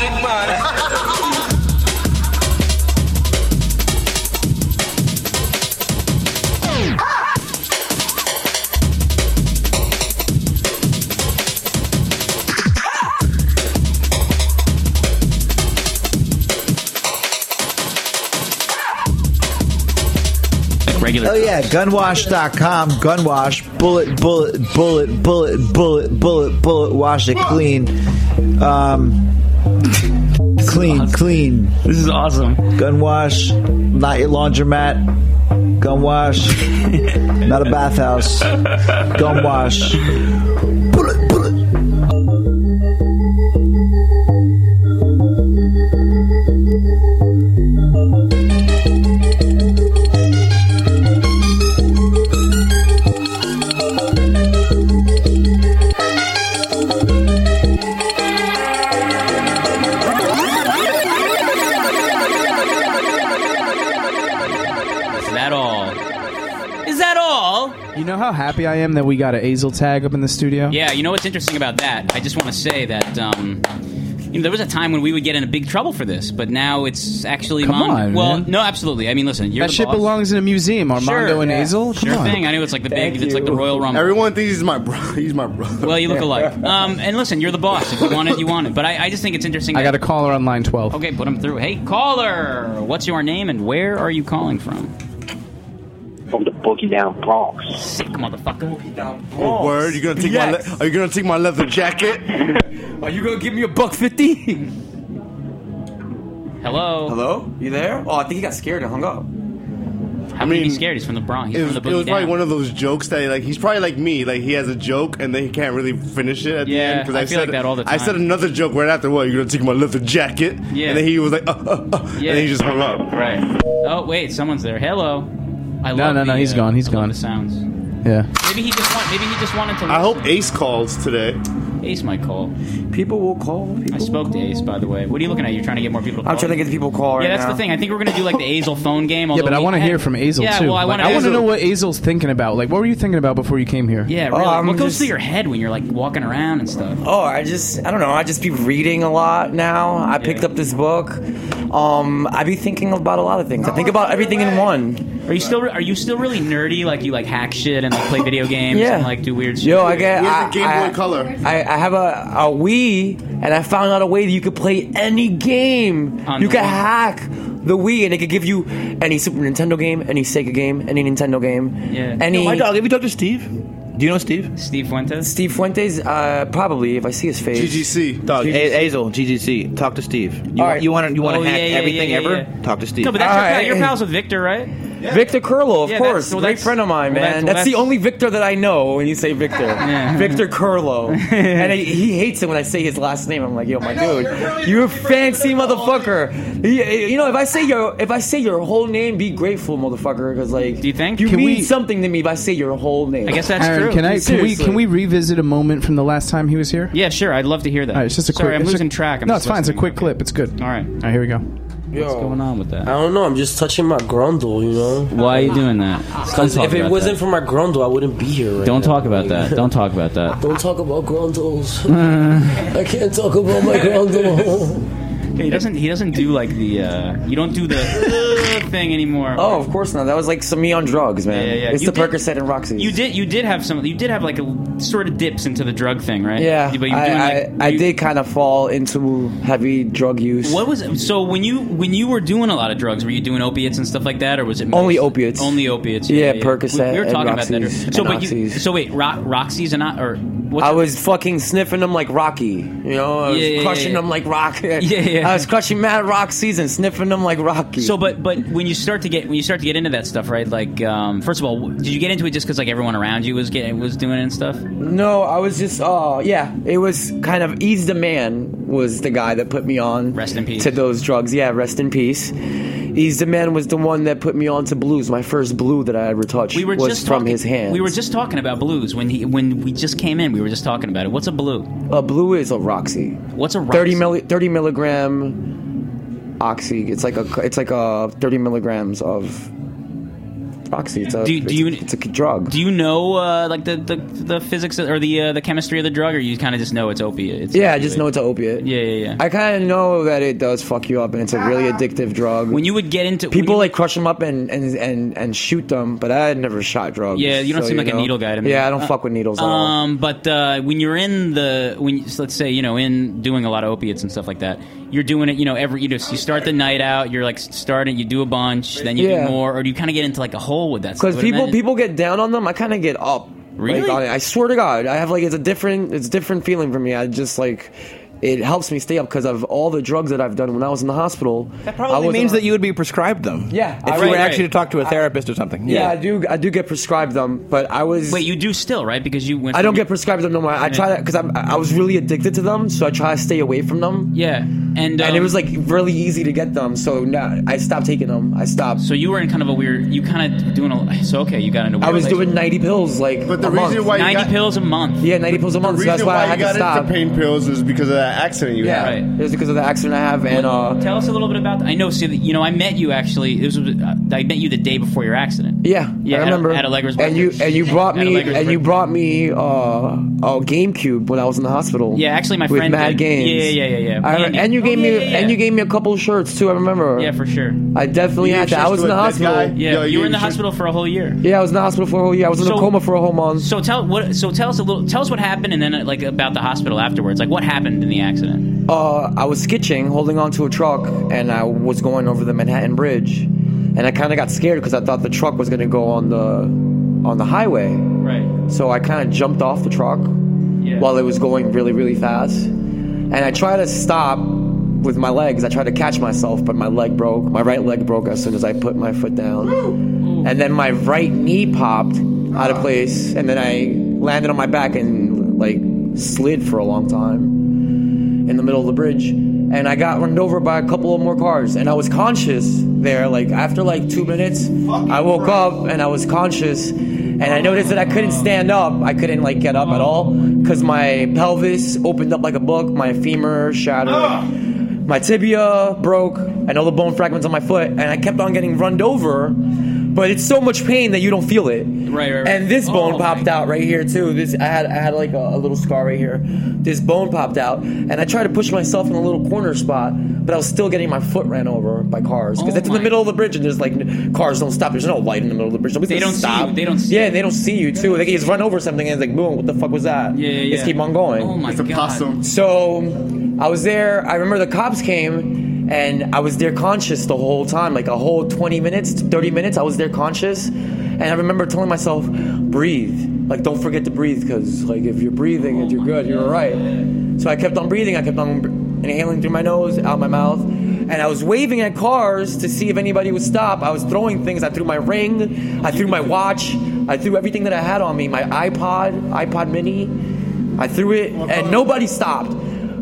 G: man.
A: Like regular.
M: Oh yeah, gunwash.com, gunwash, bullet, bullet, bullet, bullet, bullet, bullet, bullet, wash it clean. Um clean, clean.
A: This is awesome.
M: Gunwash, not your laundromat. Gunwash, not a bathhouse. Gunwash.
A: Is that all? Is that all?
D: You know how happy I am that we got an Azel tag up in the studio?
A: Yeah, you know what's interesting about that? I just want to say that um, you know, there was a time when we would get into big trouble for this, but now it's actually
D: Come
A: Mon-
D: on,
A: well,
D: man.
A: no, absolutely. I mean, listen, you're
D: that
A: the
D: shit
A: boss.
D: belongs in a museum. Armando
A: Sure.
D: and
A: Yeah.
D: Azel? Come
A: sure
D: on.
A: thing. I know it's like the big, it's like the Royal Rumble.
C: Everyone thinks he's my brother. He's my brother.
A: well, you look alike. Um, and listen, you're the boss. If you want it, you want it. But I, Oh, I just think it's interesting.
D: I
A: that-
D: got a caller on line 12.
A: Okay, put him through. Hey, caller, what's your name and where are you calling from?
N: From the Boogie Down Bronx.
A: Sick motherfucker.
C: Oh, word! You gonna take my? Le- are you gonna take my leather jacket?
B: Are you gonna give me a buck fifty?
A: Hello.
B: Hello. You there? Oh, I think he got scared and hung up.
A: How I mean, he's scared. He's from the Bronx. He's
C: it was,
A: from the
C: it
A: Boogie
C: was probably
A: Down.
C: one of those jokes that like he's probably like me. Like he has a joke and then he can't really finish it at
A: Yeah,
C: the end.
A: I feel like that all the
C: I
A: time.
C: said another joke right after. What? You're gonna take my leather jacket?
A: Yeah.
C: And then he was like, uh, uh, uh,
A: Yeah.
C: and then he just hung up.
A: Right. Oh wait, someone's there. Hello. I
D: No,
A: love
D: no, no.
A: the,
D: He's
A: uh,
D: gone. He's
A: I love
D: gone.
A: The sounds.
D: Yeah.
A: Maybe he just want, maybe he just wanted to. Listen.
C: I hope Ace calls today.
A: Ace might call.
B: People will call.
A: I spoke to Ace, by the way. What are you looking at? You're trying to get more people. To call
B: I'm trying to get the people to call right
A: yeah, that's
B: now.
A: the thing. I think we're gonna do like the Azel phone game.
D: Yeah,
A: although
D: but I
A: we-
D: want to hear from Azel
A: yeah,
D: too.
A: Well, I
D: Like,
A: want
D: I want to
A: Azel-
D: know what Azel's thinking about. Like, what were you thinking about before you came here?
A: Yeah, really.
B: Um,
A: what goes through your head when you're like walking around and stuff?
B: Oh, I just I don't know. I just be reading a lot now. I picked up this book. Um, I be thinking about a lot of things. I think about everything in one.
A: Are you still re- are you still really nerdy? Like you like hack shit and like play video games
B: Yeah.
A: and like do weird shit.
B: Yo, I get.
A: Where's
B: I,
A: the Game
B: I-
A: Boy Color?
B: I, I have a, a Wii, and I found out a way that you could play any game.
A: On
B: you
A: the
B: could
A: Wii?
B: hack the Wii, and it could give you any Super Nintendo game, any Sega game, any Nintendo game.
A: Yeah.
B: Any.
F: Yo, my dog, have you talked to Steve? Do you know Steve?
A: Steve Fuentes.
B: Steve Fuentes, uh, probably if I see his face.
C: GGC.
F: Dog, A- Azel, GGC. Talk to Steve. You,
B: All right.
F: you want to you want to
A: Oh,
F: hack
A: yeah, yeah,
F: everything
A: yeah, yeah,
F: ever?
A: yeah.
F: Talk to Steve.
A: No, but that's your, pal.
B: Alright.
A: your pals with Victor, right?
B: Victor Curlo, of
A: Yeah, that's-
B: course,
A: well,
B: great
A: that's-
B: friend of mine,
A: well,
B: man.
A: that's-
B: That's,
A: well,
B: the
A: that's-
B: only Victor that I know. When you say Victor, Victor Curlo, and he, he hates it when I say his last name. I'm like, yo, my dude, you fancy motherfucker. eh, You, you know, if I say your if I say your whole name, be grateful, motherfucker, because like, do you
A: think
B: you
D: Can
B: mean
D: we-
B: something to me if I say your whole name?
D: Aaron, Can I? Can we?
B: Seriously.
D: Can we revisit a moment from the last time he was here?
A: Yeah, sure. I'd love to hear that.
D: All right, it's just a
A: Sorry,
D: quick.
A: I'm
D: it's a-
A: losing track. I'm
D: no,
A: just
D: it's fine. It's a
A: listening.
D: quick clip. It's good.
A: All right.
D: All right, here we go.
A: What's going on with that?
O: I don't know. I'm just touching my grundle, you know.
A: Why are you doing that?
O: Because
A: Don't talk
O: if it
A: about
O: wasn't
A: that.
O: for my grundle, I wouldn't be here. Right
A: Don't
O: now.
A: talk about that. Don't talk about that.
O: Don't talk about grundles. Hmm. I can't talk about my grundle.
A: He doesn't. He doesn't do like the. Uh, you don't do the uh, thing anymore.
B: Oh, of course not. That was like some me on drugs, man.
A: Yeah, yeah, yeah.
B: It's
A: You
B: the
A: did-
B: Percocet and Roxy.
A: You did. You did have some. You did have like a sort of dips into the drug thing, right?
B: Yeah,
A: But you were doing
B: I,
A: like.
B: I, I did kind of fall into heavy drug use.
A: What was it? so when you when you were doing a lot of drugs? Were you doing opiates and stuff like that, or was it
B: Only
A: mostly-
B: opiates.
A: Only opiates.
B: Yeah,
A: We-
B: Percocet
A: We were
B: and
A: talking about that.
B: Roxy's
A: So,
B: and
A: but you,
B: Oxys.
A: so wait, Ro- Roxy's and I, or what's
B: I was fucking sniffing them like Rocky, you know. I was
A: Yeah, yeah,
B: crushing
A: yeah.
B: them like Rocky.
A: Yeah, yeah.
B: I was crushing Mad Roxy's and sniffing them like Rocky.
A: So, but but when you start to get when you start to get into that stuff, right? Like, um, first of all, did you get into it just because like everyone around you was getting was doing it and stuff?
B: no, I was just, oh yeah, it was kind of Ease the Man was the guy that put me on. Rest in peace to those drugs. Yeah, rest in peace. Ease the Man was the one that put me on to blues. My first blue that I ever touched
A: We were
B: was
A: just
B: from
A: talking,
B: his hand.
A: We were just talking about blues when he when we just came in. We were just talking about it. What's a blue?
B: A blue is a Roxy.
A: What's a
B: 30
A: Roxy?
B: milli, 30 uh, milligram oxy. It's like a it's like a 30 milligrams of Moxie. It's a,
A: Do you- do you-
B: it's, it's a drug.
A: Do you know uh, like the, the the physics or the uh, the chemistry of the drug, or you kind of just know it's opiate? It's
B: Yeah, I just know it's an opiate.
A: Yeah, yeah, yeah.
B: I kind of know that it does fuck you up, and it's a really addictive drug. When
A: you would get into
B: people, like crush them up and, and and and shoot them, but I had never shot drugs.
A: Yeah, you don't
B: so,
A: seem like a
B: know.
A: needle guy to me.
B: Yeah, I don't
A: Uh,
B: fuck with needles at all.
A: Um, but uh, when you're in the when you, so let's say you know in doing a lot of opiates and stuff like that, you're doing it. You know, every you just you start the night out. You're like starting. You do a bunch, then you
B: Yeah.
A: do more, or do you kind of get into like a hole with that?
B: Because people people get down on them, I kind of get up.
A: Really?
B: Like, on it. I swear to God, I have like it's a different it's a different feeling for me. I just like it helps me stay up because of all the drugs that I've done when I was in the hospital. That
F: Probably means that you would be prescribed them.
B: Yeah,
F: if
B: I-
F: you
B: right,
F: were
B: right.
F: actually to talk to a therapist or something.
B: Yeah, I do. I do get prescribed them, but I was.
A: Wait, you do still right? Because you went.
B: I
A: from-
B: don't get prescribed them no more. I try to because I was really addicted to them, so I try to stay away from them.
A: Yeah, and um,
B: and it was like really easy to get them, so now I stopped taking them. I stopped.
A: So you were in kind of a weird. You kind of doing a. So okay, you got into. a
B: I
A: weird
B: was
A: place.
B: doing ninety pills like.
A: But the reason why you 90 got- pills a month.
B: Yeah, ninety pills a month. So
C: reason
B: that's why,
C: why
B: I
C: you
B: had
C: got
B: to stop.
C: into pain pills is because of that accident you
B: yeah,
C: had.
B: it was because of the accident I have, and uh,
A: Tell us a little bit about. I know. See, you know, I met you actually. It was. uh, I met you the day before your accident.
B: Yeah,
A: Yeah,
B: I
A: at-
B: remember.
A: at Allegra's
B: and you and you brought
A: At
B: me
A: Allegra's
B: and you brought me uh, a GameCube when I was in the hospital.
A: Yeah, actually, my
B: with
A: friend
B: Mad
A: did.
B: Games.
A: Yeah, yeah, yeah, yeah.
B: I,
A: Andy.
B: and you
A: Oh,
B: gave
A: yeah,
B: me
A: yeah, yeah.
B: and you gave me a couple of shirts too. I remember.
A: Yeah, for sure.
B: I definitely
A: You
B: had that. I
A: shirts
B: was in the
A: with this
B: hospital.
A: guy? Yeah, Yo, you you were in the shirts- hospital for a whole year.
B: Yeah, I was in the hospital for a whole year. I was in
A: So-
B: a coma for a whole month.
A: So tell what. So tell us a little. Tell us what happened, and then uh, like about the hospital afterwards. Like what happened in the accident.
B: Uh, I was skitching, holding onto a truck, and I was going over the Manhattan Bridge, and I kind of got scared because I thought the truck was going to go on the on the highway.
A: Right.
B: So I kind of jumped off the truck while it was going really, really fast, and I tried to stop with my legs. I tried to catch myself, but my leg broke. My right leg broke as soon as I put my foot down, and then my right knee popped out of place, and then I landed on my back and like slid for a long time in the middle of the bridge and I got run over by a couple of more cars and I was conscious there like after like 2 minutes I woke up and I was conscious and I noticed that I couldn't stand up I couldn't like get up at all cuz my pelvis opened up like a book my femur shattered my tibia broke and all the bone fragments on my foot and I kept on getting run over but it's so much pain that you don't feel it
A: Right, right, Oh, right.
B: and this bone popped out right here too. This I had I had like a, a little scar right here. This bone popped out, and I tried to push myself in a little corner spot, but I was still getting my foot ran over by cars because
A: Oh
B: that's in the middle of the bridge, and there's like n- cars don't stop. There's no light in the middle of the bridge. Nobody's
A: They
B: gonna
A: don't see
B: stop.
A: you. They don't see
B: Yeah, and they don't see you too. They can just run over something, and it's like boom, what the fuck was that?
A: Yeah, yeah,
B: Just
A: yeah.
B: keep on going.
A: Oh my It's a God. possum.
B: So I was there. I remember the cops came, and I was there conscious the whole time, like a whole 20 minutes, 30 minutes. I was there conscious, and I remember telling myself, "Breathe. Like, don't forget to breathe, because like if you're breathing, if you're good, you're all right." So I kept on breathing. I kept on br- inhaling through my nose, out my mouth, and I was waving at cars to see if anybody would stop. I was throwing things. I threw my ring. I threw my watch. I threw everything that I had on me. My iPod, iPod Mini. I threw it and nobody stopped.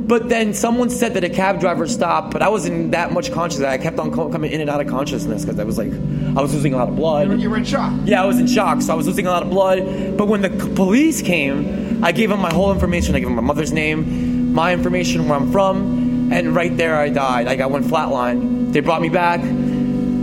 B: But then someone said that a cab driver stopped, but I wasn't that much conscious. I kept on co- coming in and out of consciousness because I was like, I was losing a lot of blood. You were in shock. Yeah, I was in shock, so I was losing a lot of blood. But when the c- police came, I gave them my whole information. I gave them my mother's name, my information, where I'm from, and right there I died. Like I went flatline. They brought me back.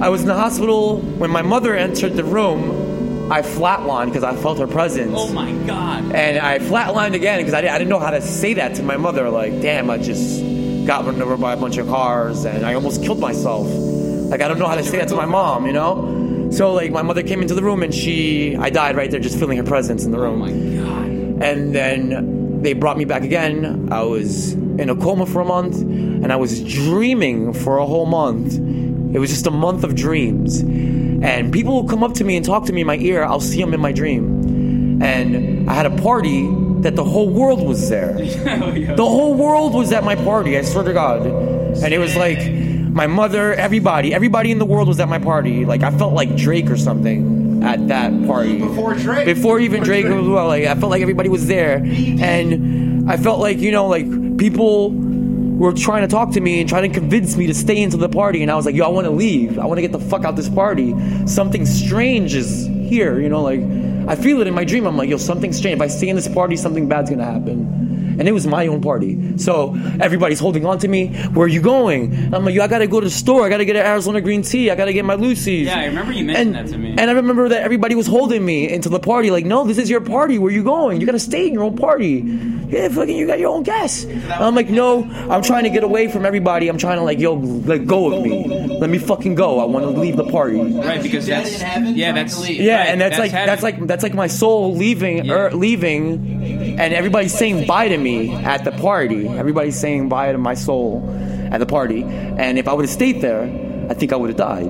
B: I was in the hospital when my mother entered the room. I flatlined because I felt her presence.
A: Oh my God.
B: And I flatlined again because I, di- I didn't know how to say that to my mother. Like, damn, I just got run over by a bunch of cars and I almost killed myself. Like, I don't know how to say that to my mom, you know? So, like, my mother came into the room and she, I died right there just feeling her presence in the room. Oh my God. And then they brought me back again. I was in a coma for a month and I was dreaming for a whole month. It was just a month of dreams. And people will come up to me and talk to me in my ear. I'll see them in my dream. And I had a party that the whole world was there. The whole world was at my party, I swear to God. And it was like my mother, everybody, everybody in the world was at my party. Like I felt like Drake or something at that party. Before Drake. Before even Drake as well. Like I felt like everybody was there. And I felt like, you know, like people were trying to talk to me and trying to convince me to stay into the party and I was like, yo, I wanna leave. I wanna get the fuck out this party. Something strange is here, you know, like I feel it in my dream. I'm like, yo, something strange. If I stay in this party, something bad's gonna happen. and it was my own party. So everybody's holding on to me. Where are you going? And I'm like, yo, I gotta go to the store. I gotta get an Arizona green tea. I gotta get my Lucy's.
A: Yeah, I remember you mentioned that to me.
B: And I remember that everybody was holding me into the party, like, no, this is your party. Where you going? You gotta stay in your own party. Yeah, fucking, you got your own gas. And I'm like, no, I'm trying to get away from everybody. I'm trying to like, yo, let go of me. Let me fucking go. I want to leave the party.
A: Right, because that's yeah, that's
B: Yeah,
A: right,
B: and that's, like
A: happening.
B: that's like that's like my soul leaving er, leaving, and everybody's saying bye to me at the party. Everybody's saying bye to my soul at the party. And if I would have stayed there, I think I would have died.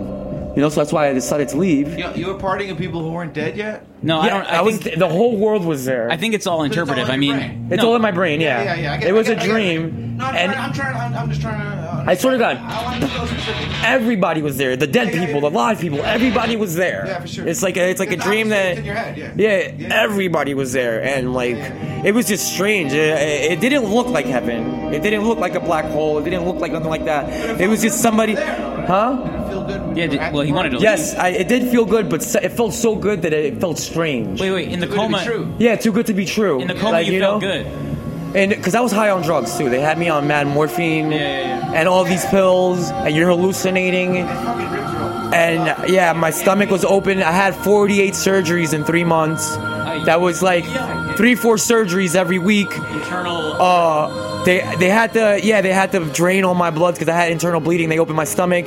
B: You know, so that's why I decided to leave.
H: You, you were partying with people who weren't dead yet.
A: No, I
B: Yeah,
A: don't. I,
B: I was-
A: think
B: the whole world was there.
A: I think it's all interpretive. I mean,
B: It's
A: no.
B: all in my brain. Yeah,
H: yeah, yeah, I get-
B: it was
H: I get- I
B: a
H: get-
B: dream.
H: No, I'm, trying, I'm trying. I'm, I'm just trying to. Uh,
B: I swear to God, everybody was there. The dead people, the live people, everybody was there.
H: Yeah, for sure.
B: It's like a, it's like a dream that
H: in your head, yeah.
B: everybody was there, and like it was just strange. It, it, it didn't look like heaven. It didn't look like a black hole. It didn't look like nothing like that. It was just somebody, huh?
A: Yeah, did, well, he wanted to.
B: Yes, I, it did feel good, but so- it felt so good that it felt strange.
A: Wait, wait. In the coma,
B: Yeah, too good to be true. In
A: the coma, you, felt good.
B: and because I was high on drugs too, they had me on mad morphine and all these pills, and you're hallucinating. And yeah, my stomach was open. I had 48 surgeries in three months. That was like three, four surgeries every week.
A: Internal.
B: Uh, they they had to yeah they had to drain all my blood because I had internal bleeding. They opened my stomach.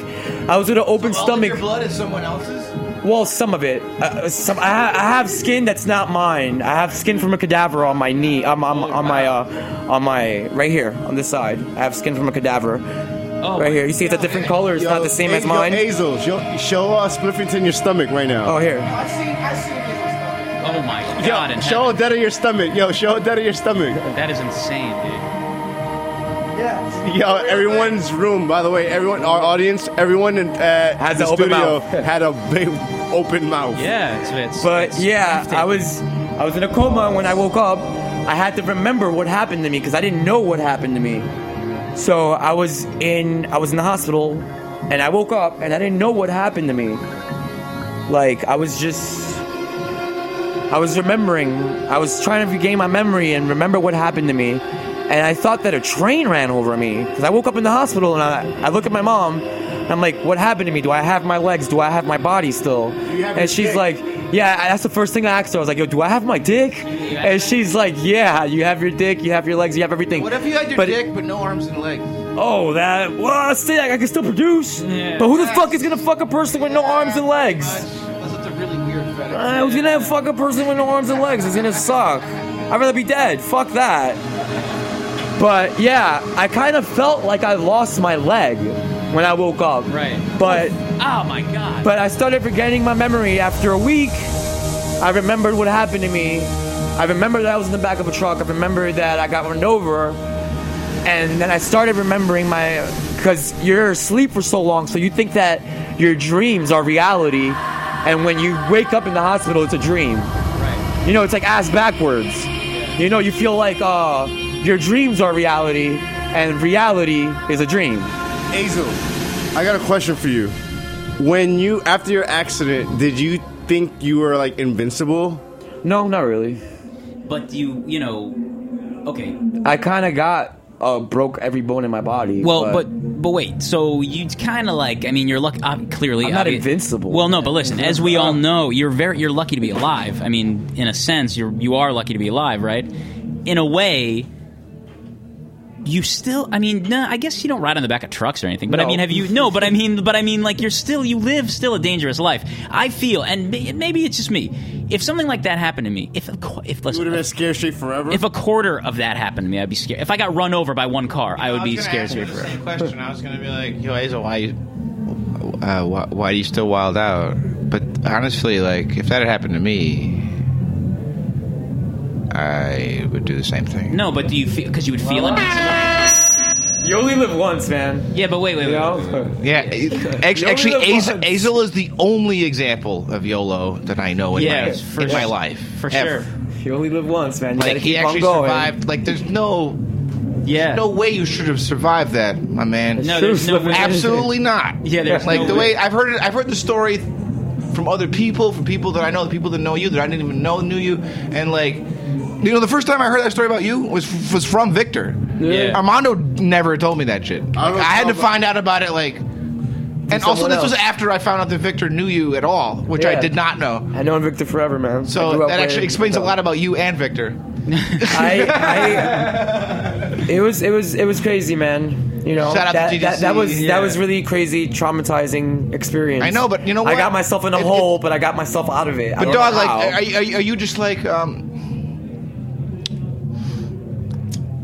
B: I was with an open
H: All of
B: stomach.
H: your blood is someone else's.
B: Well, some of it. Uh, some, I, ha- I have skin that's not mine. I have skin from a cadaver on my knee. Um, on, on my, uh, on my right here on this side. I have skin from a cadaver.
A: Oh
B: right here. You see, it's a different color. It's not the same
C: Hey,
B: as mine.
C: Yo, Hazel, show, show uh, Spliffington your stomach right now.
B: Oh, here.
H: I've seen. I've seen people's
A: Oh my god!
C: Yo, show it dead of your stomach. Yo, show it dead of your stomach.
A: That is insane, dude.
H: stuff. Yeah.
C: Yo, everyone's room. By the way, everyone, our audience, everyone in uh,
B: Has
C: the
B: an open
C: studio
B: mouth.
C: had a big open mouth.
A: Yeah, it's, it's
B: But yeah, I was I was in a coma and when I woke up. I had to remember what happened to me because I didn't know what happened to me. So I was in I was in the hospital and I woke up and I didn't know what happened to me. Like I was just I was remembering. I was trying to regain my memory and remember what happened to me. And I thought that a train ran over me because I woke up in the hospital and I, I look at my mom. And I'm like, what happened to me? Do I have my legs? Do I have my body still?
O: you have your
B: And she's
O: dick?
B: like, yeah. I- That's the first thing I asked her. I was like, yo, do I have my dick? And she's like, yeah. You have your dick. You have your legs. You have everything.
H: What if you had your
B: But-
H: dick but no arms and legs?
B: Oh, that. Well, see, I, I can still produce. But who the fuck is gonna fuck a person with no arms and legs? Uh, who's gonna fuck a person with no arms and legs? It's gonna suck. I'd rather be dead. Fuck that. But yeah, I kind of felt like I lost my leg when I woke up. Right. But
A: Oh my god!
B: but I started forgetting my memory after a week. I remembered what happened to me. I remembered that I was in the back of a truck. I remembered that I got run over. And then I started remembering my. Because you're asleep for so long, so you think that your dreams are reality. And when you wake up in the hospital, it's a dream. Right. You know, it's like ass backwards. You know, you feel like uh, your dreams are reality, and reality is a dream.
C: Hazel, I got a question for you. When you after your accident, did you think you were like invincible?
B: No, not really.
A: But you, you know, okay.
B: I kind of got uh, broke every bone in my body.
A: Well, but but, wait. So you kind of like. I mean, you're lucky. Uh, clearly,
B: I'm not
A: obvi-
B: invincible.
A: Well, no, but listen. As we all know, you're very you're lucky to be alive. I mean, in a sense, you're you are lucky to be alive, right? In a way. You still, I mean, no, I guess you don't ride on the back of trucks or anything. But I
B: No.
A: mean, have you? No, but I mean, but I mean, like you're still, you live still a dangerous life. I feel, and may- maybe it's just me. If something like that happened to me, if a co- if listen,
C: You would have been scared straight forever.
A: if a quarter of that happened to me, I'd be scared. If I got run over by one car, I would
H: I
A: be
H: was gonna
A: scared
H: ask you
A: straight
H: the
A: forever.
H: same question. I was gonna be like, yo, Hazel, why you, uh, why, why do you still wild out? But honestly, like, if that had happened to me, I would do the same thing.
A: No, but do you feel? Because you would feel it.
B: You only live once, man.
A: Yeah, but wait, wait, wait.
H: Yeah, it- act-
A: You
H: actually,
A: only live
H: Azel, Azel is the only example of YOLO that I know in,
B: Yeah,
H: my,
B: for
H: in
B: sure.
H: my life.
B: For
H: ever.
B: sure. You only live once, man. You
H: Like,
B: gotta
H: he
B: keep on
H: actually
B: going.
H: survived. Like, there's no.
A: Yeah.
H: No way you should have survived that, my man.
A: No, there's no way.
H: Absolutely not.
A: Yeah, there's
H: like
A: no
H: the
A: way.
H: way I've heard it. I've heard the story from other people, from people that I know, the people that know you, that I didn't even know knew you, and like You know, the first time I heard that story about you was was from Victor.
C: Yeah.
H: Armando never told me that shit.
C: I
H: I,
C: don't
H: had to
C: know about-
H: find out about it like. And
C: From
H: also, this
C: someone
H: was
C: else.
H: after I found out that Victor knew you at all, which I
B: Yeah.
H: did not know.
B: I know Victor forever, man. I
H: So
B: grew up
H: that actually
B: playing
H: explains a
B: guitar.
H: lot about you and Victor.
B: It was it was it was crazy, man. You know
H: Shout out to
B: that, that, that
H: GGC,
B: was
H: yeah.
B: that was really crazy, traumatizing experience.
H: I know, but you know what?
B: I got myself in a
H: It-
B: hole, but I got myself out of it. I
H: But
B: don't
H: dog,
B: know
H: like,
B: how.
H: are, you- are, you- are you just like, um,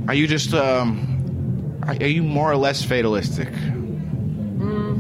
H: are you just, um, are are you more or less fatalistic?
A: Mm.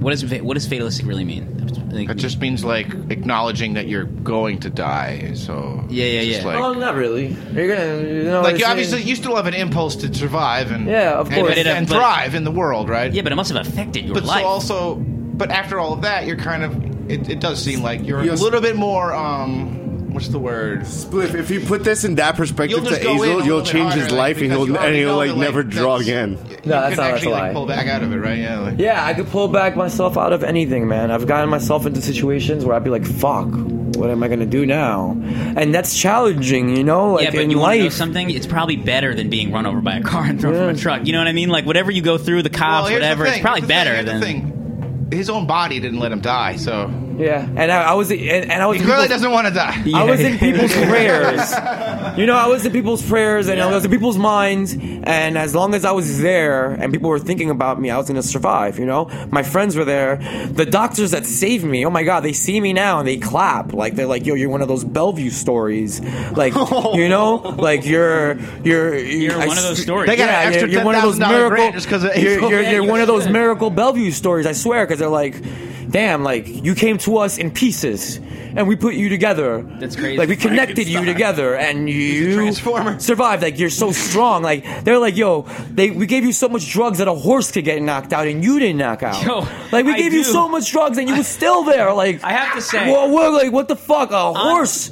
A: What does what does fatalistic really mean?
H: It just means like acknowledging that you're going to die. So
A: Yeah, yeah,
H: it's just
A: yeah.
H: Like,
B: well, Oh, not really. You're gonna you know,
H: like
B: it's
H: you
B: like-
H: obviously you still have an impulse to survive and
B: Yeah, of
H: and-
B: course.
H: and,
B: But it- but-
H: thrive in the world, right? Yeah,
A: but it must have affected your
H: but
A: life.
H: So also, but after all of that, you're kind of it, it does seem like you're
C: You're-
H: a little bit more um what's the word?
C: Spliff. If you put this in that perspective
H: You'll
C: to
H: just go in a
C: Azel,
H: little
C: you'll
H: bit
C: change his
H: harder, like,
C: life, and
H: because
C: he'll
H: you
C: and
H: already
C: he'll
H: know
C: like
H: that, like,
C: never draw
H: that's-
C: again.
H: you
B: that's
H: couldn't
B: not- that's
H: actually
B: a
H: like
B: lie.
H: pull back out of it, right? Yeah. Like,
B: Yeah, I could pull back myself out of anything, man. I've gotten myself into situations where I'd be like, "Fuck, what am I gonna do now?" And that's challenging, you know. Like
A: yeah, but
B: in
A: you wanna know
B: life,
A: something? It's probably better than being run over by a car and thrown from a truck. You know what I mean? Like whatever you go through, the cops,
H: here's the
A: whatever,
H: thing,
A: it's probably
H: here's the
A: better
H: thing,
A: than.
H: here's the thing. his own body didn't let him die. So
B: yeah. And I, I was, and, and I was.
H: he clearly
B: people-
H: doesn't want to die.
B: I was in people's prayers. You know, I was in people's prayers and I was in people's minds. And as long as I was there and people were thinking about me, I was going to survive. You know, my friends were there. The doctors that saved me, oh my God, they see me now and they clap. Like, they're like, yo, you're one of those Bellevue stories. Like, you know, like you're, you're, you're
A: one of those stories.
H: They got an extra
B: you're one of those
H: $10,000 grant
B: miracle-
H: just 'cause of
B: You're,
H: April.
B: you're, you're one of those miracle Bellevue stories, I swear, because they're like, damn, like, you came to us in pieces and we put you together.
A: That's crazy.
B: Like we connected you together, and you survived. Like you're so strong. Like they're like, yo, they we gave you so much drugs that a horse could get knocked out, and you didn't knock out.
A: Yo,
B: like we
A: I
B: gave you
A: do.
B: so much drugs, and you were still there. Like I
A: have to say-
B: well, we're like, what the fuck? A horse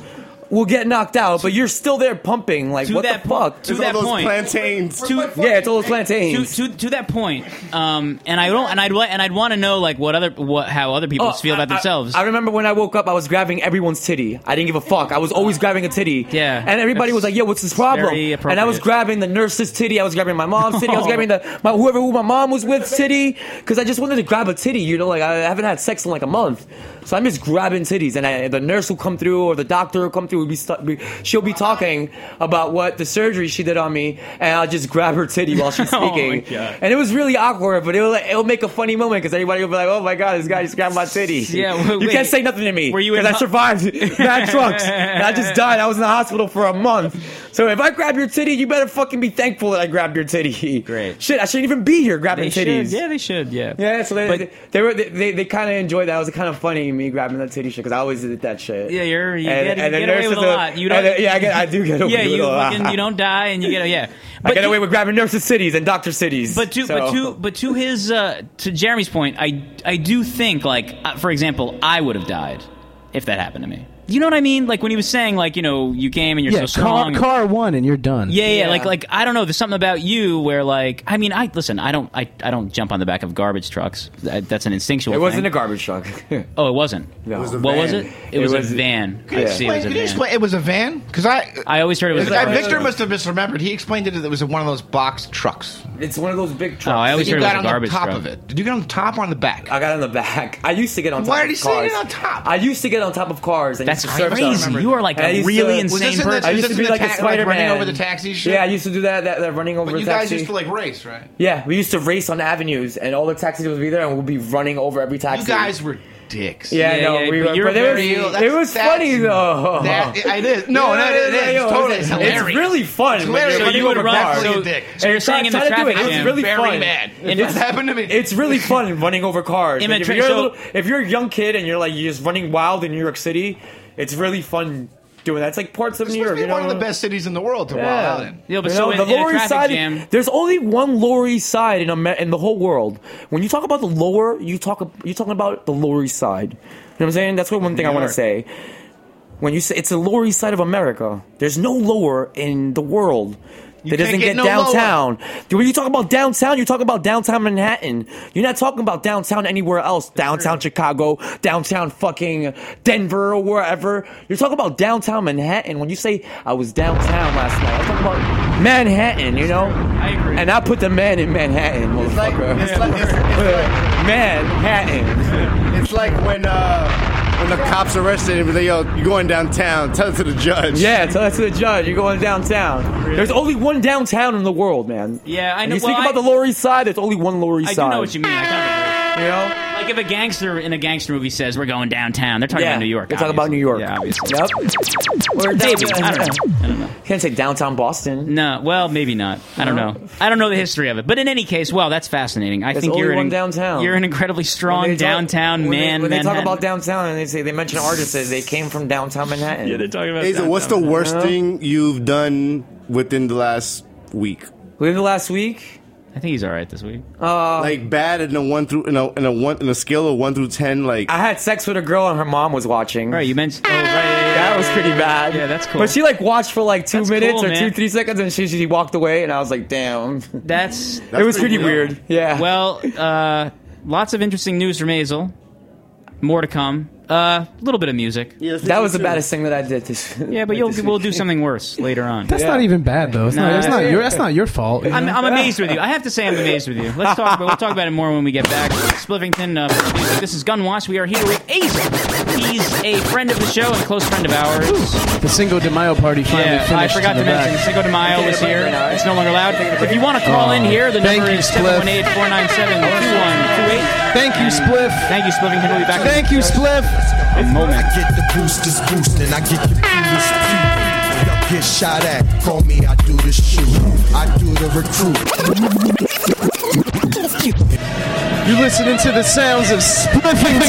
B: will get knocked out, but you're still there pumping. Like
A: To
B: what
A: that
B: the
A: po-
B: fuck?
A: to It's all that those point.
C: plantains.
B: yeah, it's all those
A: to,
B: plantains.
A: to, to that point, um, and I don't, and I'd wa- and I'd want to know like what other what how other people
B: Oh,
A: feel about
B: I- I-
A: themselves.
B: I, remember when I woke up, I was grabbing everyone's titty. I didn't give a fuck. I was always grabbing a titty.
A: Ah. Yeah.
B: And everybody was like, "Yo, what's this problem?"
A: very
B: And I was
A: appropriate.
B: grabbing the nurse's titty. I was grabbing my mom's titty. I was grabbing the my, whoever who my mom was with titty because I just wanted to grab a titty. You know, like I haven't had sex in like a month, so I'm just grabbing titties. And I, the nurse will come through or the doctor will come through. We'll be stu- be- she'll be talking about what the surgery she did on me, and I'll just grab her titty while she's
A: Oh my
B: speaking.
A: God.
B: And it was really awkward, but it'll it'll make a funny moment because everybody will be like, "Oh my god, this guy just grabbed my titty."
A: Yeah, w-
B: you
A: wait.
B: can't say nothing to me.
A: Were you in
B: Because I
A: hu-
B: survived mad trucks, and I just died. I was in the hospital for a month. So if I grab your titty, you better fucking be thankful that I grabbed your titty. Great. Shit, I shouldn't even be here grabbing
A: They
B: titties.
A: should, yeah, they should, yeah.
B: Yeah, so they,
A: But-
B: they were they, they, kind of enjoyed that. It was kind of funny me grabbing that titty shit because I always did that shit.
A: Yeah, you're you
B: And-
A: get,
B: and
A: you
B: the
A: get away
B: nurses
A: with a
B: are-
A: lot. You don't,
B: and, uh, yeah, I, get, I do get away
A: yeah,
B: with
A: you
B: a lot.
A: fucking, you don't die and you get yeah.
B: I get away with grabbing nurses' cities and doctor cities.
A: But to but to but to his uh, to Jeremy's point, I I do think like uh, for example, I would have died if that happened to me. You know what I mean? Like when he was saying like you know you came and you're
D: yeah,
A: so
D: car,
A: strong. and-
D: car one, and you're done.
A: yeah, yeah, like like I don't know. There's something about you where like I mean I listen. I don't I, I don't jump on the back of garbage trucks. That, that's an instinctual.
B: it wasn't
A: thing.
B: a garbage truck.
A: Oh, it wasn't.
B: No. It was a
A: what was
B: van.
A: it? It,
B: It
A: was,
B: was-
A: a van.
B: Could you
A: I see, it
H: Wait,
A: was a
H: could you
A: van.
H: explain? It was a van because I
A: I always heard it was.
H: The guy
A: a van.
H: Victor must have misremembered. He explained it that it was one of those box trucks.
B: It's one of those big trucks.
A: Oh, I always
H: You
A: heard it was
H: got
A: a
H: on the
A: garbage
H: top
A: truck.
H: of it. Did you get on the top or on the back?
B: I got on the back. I used to get on top
H: Why
B: of
H: did he say
B: cars.
H: you get on top?
B: I used to get on top of cars. And
A: That's
B: used to surf them.
A: crazy. You are like
B: And I
A: a
B: used
A: really
B: to-
A: insane
H: this in the-
A: person.
B: I used
H: This
B: to
H: is
B: be
H: the
B: like a
H: taxi, like
B: Spider-Man.
H: running over the taxi shit?
B: Yeah, I used to do that, that, that running over
H: But
B: the
H: you
B: taxi.
H: guys used to like race, right?
B: yeah, we used to race on avenues, and all the taxis would be there, and we'd be running over every taxi.
H: You guys were dicks.
B: Yeah, no, we were. But it was, it was funny though.
H: That, it is. No,
B: Oh, Yeah,
H: no, it
B: yeah,
H: is.
B: yeah,
H: It's totally. It's
B: It's
H: hilarious.
B: really fun. when you're
H: hilarious. So you
B: running
H: would
B: over
H: run-
B: cars.
H: so- so
B: And
A: you're saying in the
B: try to do it.
A: traffic
B: It's
A: jam.
B: really
A: Very
B: fun.
A: mad.
B: And
A: It's
B: it's-
A: happened to me.
B: It's really fun running over cars.
A: In the
B: Like, if,
A: tra-
B: you're a
A: so-
B: little, if you're a young kid and you're like you're just running wild in New York City, it's really fun doing that. It's like parts of New York.
H: It's
B: You know?
H: one of the best cities in the world to
B: Yeah.
H: wild out in.
A: Yeah, but
B: You
A: so
B: know,
A: in,
B: the
A: in a
B: Lower East
A: traffic
B: Side.
A: jam,
B: There's only one Lower East Side in Amer- in the whole world. When you talk about the lower, you talk you talking about the Lower East Side. You know what I'm saying? That's what one thing I
M: New
B: want to say.
M: York.
B: When you say it's the Lower East Side of America, there's no lower in the world. That doesn't
M: can't get
B: get,
M: no
B: downtown. Dude, When you talk about downtown, you're talking about downtown Manhattan. You're not talking about downtown anywhere else. Downtown Chicago, downtown fucking Denver or wherever. You're talking about downtown Manhattan. When you say I was downtown last night, I'm talking about Manhattan. You know, I agree. And I put the man in Manhattan, motherfucker. Manhattan.
C: It's like when uh, when the cops arrested him, they yo, you going downtown? Tell it to the judge.
B: Yeah, tell that to the judge. You're going downtown. There's only one downtown in the world, man.
A: Yeah, I
B: When
A: know-
B: You speak
A: well,
B: about the Lower East Side. There's only one Lower East
A: I
B: Side.
A: do know what you mean. I kind
B: of agree. You know?
A: Like if a gangster in a gangster movie says we're going downtown, they're talking
B: Yeah,
A: about New York.
B: they're talking about New York.
A: Yeah, obviously.
B: Yep. Or
A: Maybe.
B: downtown-
A: I don't know. I don't know.
B: Can't say downtown Boston.
A: No, well, maybe not. I don't
B: No?
A: know. I don't know the history of it. But in any case, wow, that's fascinating. I
B: There's
A: think
B: only
A: you're
B: one
A: an,
B: downtown.
A: You're an incredibly strong
B: When they talk-
A: downtown
B: when they-
A: man.
B: When they talk
A: Manhattan.
B: about downtown and they say they mention artists, that they came from downtown Manhattan. Yeah,
A: they're talking
C: Hazel, what's the worst thing you've done within the last week?
B: Within the last week?
A: I think he's all right this week.
B: Uh,
C: like bad in a one through in a in a one in a scale of one through ten. Like
B: I had sex with a girl and her mom was watching. Right,
A: you mentioned. Oh, right,
B: that was pretty bad. Yeah,
A: that's cool.
B: But she like watched for like two
A: That's
B: minutes
A: cool,
B: or two,
A: man.
B: three seconds, and she, she walked away, and I was like, damn.
A: That's
B: it was pretty weird. Yeah.
A: Well, uh, lots of interesting news from Hazel. More to come. A uh, little bit of music.
C: Yeah,
B: That was the baddest thing that I did this.
A: Yeah, but you'll, we'll do something worse later on.
D: That's not even bad though. It's
A: No,
D: not. That's
A: it's-
D: not your. That's not your fault. you
A: I'm,
D: know?
A: I'm amazed with you. I have to say I'm amazed with you. Let's talk about we'll talk about it more when we get back. Splivington, uh, for music. this is Gunwash. We are here with Azel. He's a friend of the show and close friend of ours.
D: The Cinco de Mayo party finally
A: Yeah, I
D: finished.
A: forgot
D: in
A: to
D: the back.
A: mention Cinco de Mayo was here. It's no longer allowed. If you want to call in
D: Oh,
A: here, the
D: thank
A: number
D: you,
A: is
D: Spliff.
A: 718 497 2128.
D: Thank you, Spliff.
A: Thank you, Splivington. We'll be back.
D: Thank you, Spliff.
A: A moment.
P: I get the boosters boosting. I get your boosters shooting. Y'all get shot at. Call me, I do the shoot. I do the recruit.
D: You're listening to the sounds of Spliffington.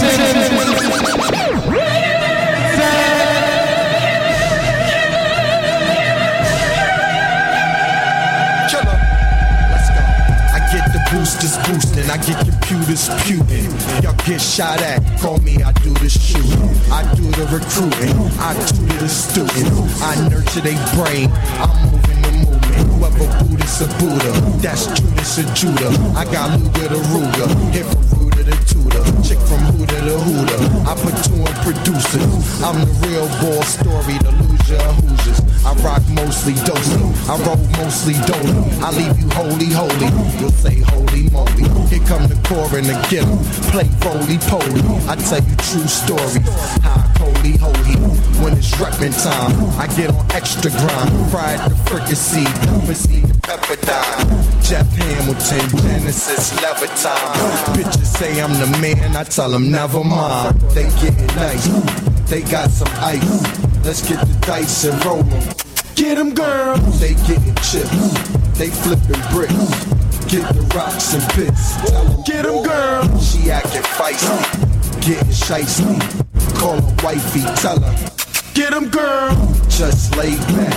P: Killer. Let's go. I get the boosters boosting. I get computers puting. Y'all get shot at. Call me, I do the shooting. I do the recruiting. I tutor the student. I nurture they brain. I'm moving the movement. Whoever Buddhist a Buddha, that's Judas a Judah. I got Luga to Ruga. Hit from Ruda to Tudor. Chick from Huda to Huda. I put two in producers. I'm the real ball story. The loser of Hoosiers. I rock mostly dosey. I roll mostly doley. I leave you holy, holy. You'll say holy moly. Here come the core and the gill. Play roly poly. I tell you true stories. How I holy holy. When it's reppin' time, I get on extra grind. Fried the fricassee, pussy the pepperdine. Jeff Hamilton, Genesis, Levitine. Bitches say I'm the man, I tell them never mind. They getting nice, they got some ice. Let's get the dice and roll 'em. Get 'em, girl. They getting chips, they flipping bricks. Get the rocks and bits. Tell 'em, Get 'em, girl. She acting feisty, getting shicey. Call her wifey, tell her. Get 'em, girl. Just lay back,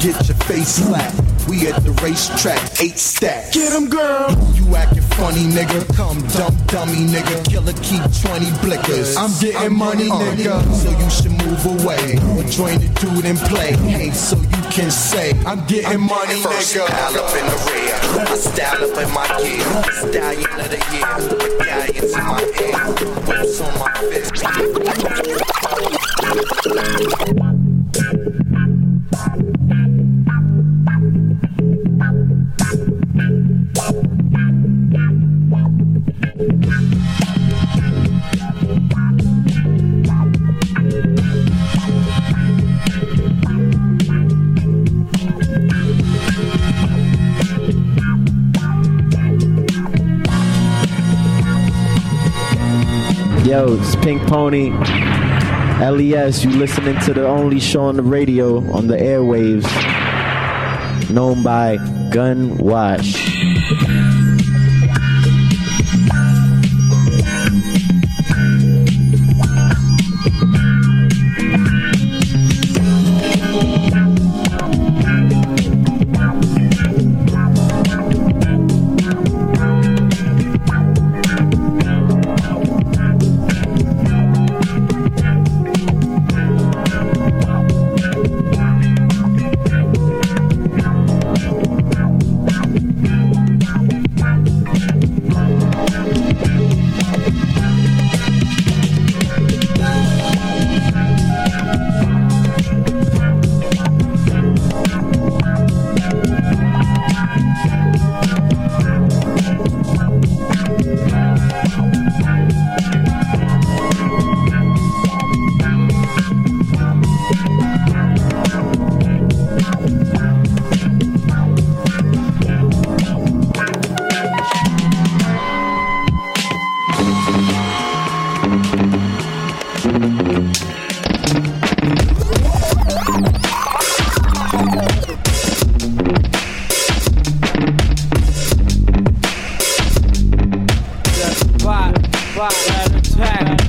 P: get your face slapped. We at the racetrack, eight stacks. Get 'em, girl. You acting funny, nigga. Come dumb dummy, nigga. Killer keep 20 blickers. I'm getting money, nigga. So you should move away or join the dude and play. Hey, so you can say I'm getting money,
Q: First
P: nigga.
Q: style up in the rear. I style up in my gear. Stallion of the year. Medallions in my ear. Whips on my fist.
R: Yo, it's Pink Pony. LES, you listening to the only show on the radio on the airwaves, known by Gun Wash.
S: spotlight attack.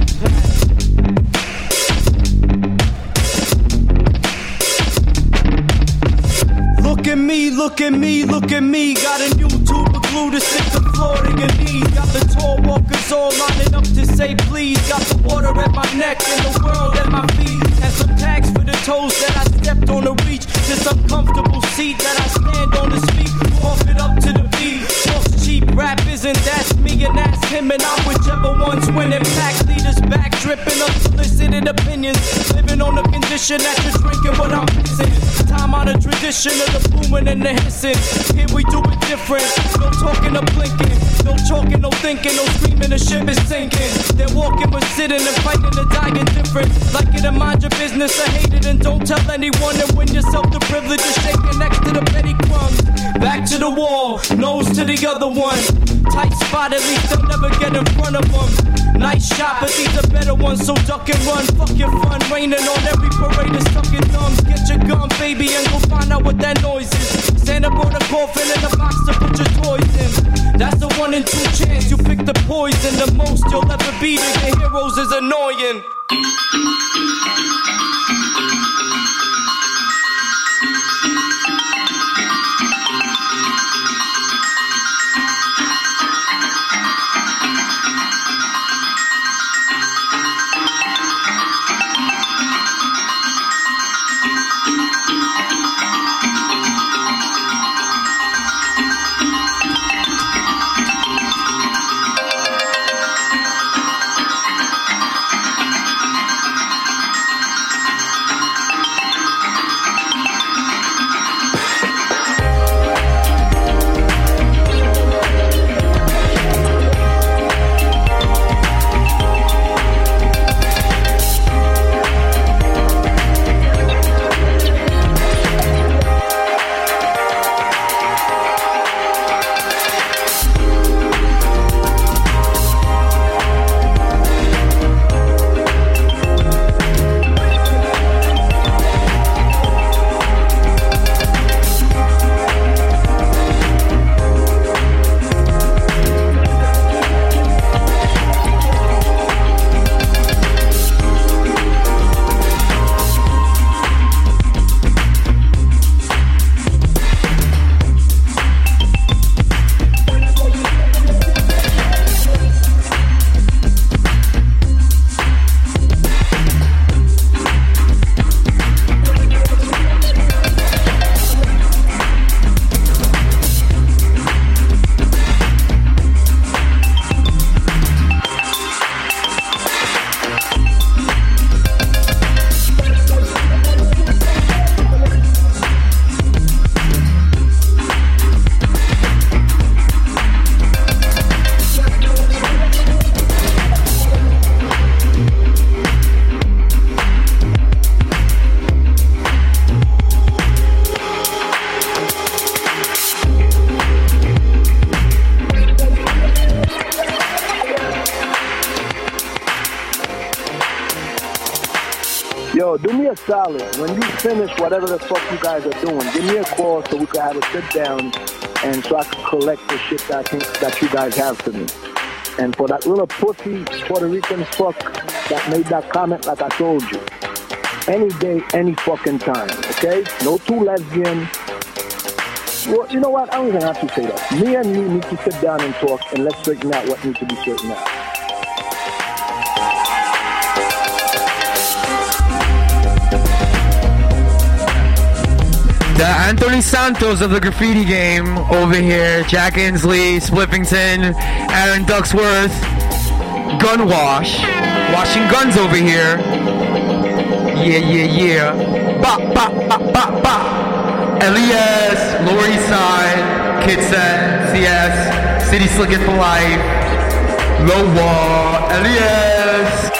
T: Look at me, look at me, look at me. Got a new tube of glue to stick the floor to your knees. Got the tall walkers all lining up to say please. Got the water at my neck and the world at my feet. And some tags for the toes that I stepped on to reach. This uncomfortable seat that I stand on to speak. Off it up to the beat. Talks cheap rap isn't that's me and that's him and I'm whichever one's winning. Pack leaders back dripping unsolicited opinions. Living on the condition that you're drinking what I'm missing. Time out of tradition of the booming and the hissing. Here we do it different. No talking or blinking. No talking, no thinking, no screaming. The ship is sinking. They're walking, we're sitting and fighting to die indifferent. Like it and mind your business. I hate it and don't tell anyone. And win yourself the privilege of shaking next to the petty crumbs. Back to the wall, nose to the other one. Tight spot, at least they'll never get in front of them. Nice shot, but these are better ones, so duck and run. Fuck your fun, raining on every parade and stuck your thumbs. Get your gun, baby, and go find out what that noise is. Stand up on the coffin in the box to put your toys in. That's the one in two chance you pick the poison. The most you'll ever be to the heroes is annoying.
U: Yo, do me a solid. When you finish whatever the fuck you guys are doing, give me a call so we can have a sit down and so I can collect the shit that I think that you guys have for me. And for that little pussy Puerto Rican fuck that made that comment, like I told you, any day, any fucking time, okay? No two lesbian. Well, you know what? I don't even have to say that. Me and you need to sit down and talk, and let's straighten out what needs to be straightened out.
B: The Anthony Santos of the graffiti game over here. Jack Insley, Spliffington, Aaron Ducksworth, Gun Wash. Washing guns over here. Yeah, yeah, yeah. Bop, bop, bop, bop, bop. Elias, Lower East Side, Kidset, CS, City Slickers for Life, Low Wall, Elias.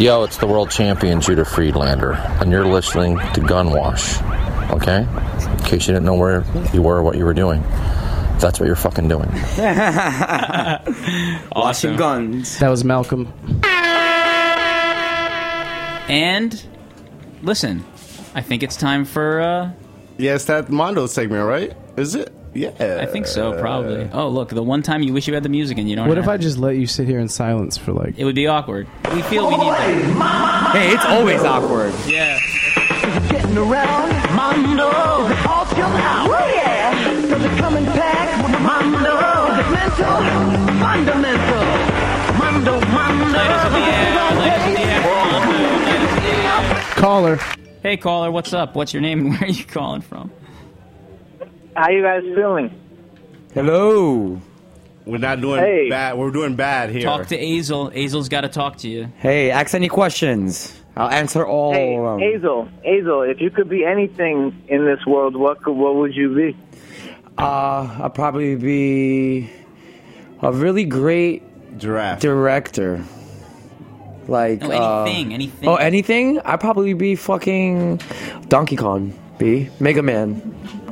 V: Yo, it's the world champion Judah Friedlander, and you're listening to Gunwash. Okay? In case you didn't know where you were, what you were doing. That's what you're fucking doing.
B: Washing guns.
D: That was Malcolm.
A: And listen, I think it's time for. Uh,
C: yeah, it's that Mondo segment, right? Is it? Yeah.
A: I think so, probably. Oh, look, the one time you wish you had the music and you don't.
D: What if
A: have
D: I just let you sit here in silence for like?
A: It would be awkward. We feel we need that.
B: Hey, it's always awkward.
A: Yeah.
E: Getting around Mondo, all skilled out. Oh yeah, so they're coming back with Mondo, mental, fundamental. Mondo, Mondo.
D: Caller.
A: Hey, caller, what's up? What's your name and where are you calling from?
I: How you guys feeling?
B: Hello.
C: We're not doing
I: Hey.
C: bad. We're doing bad here.
A: Talk to Azel. Azel's got to talk to you.
B: Hey, ask any questions. I'll answer all
I: hey,
B: of them.
I: Hazel, Hazel, if you could be anything in this world, what could, what would you be?
B: Uh, I'll probably be a really great
C: Giraffe.
B: director. Like
A: No,
B: uh,
A: anything, anything.
B: Oh, anything? I'd probably be fucking Donkey Kong. Be Mega Man,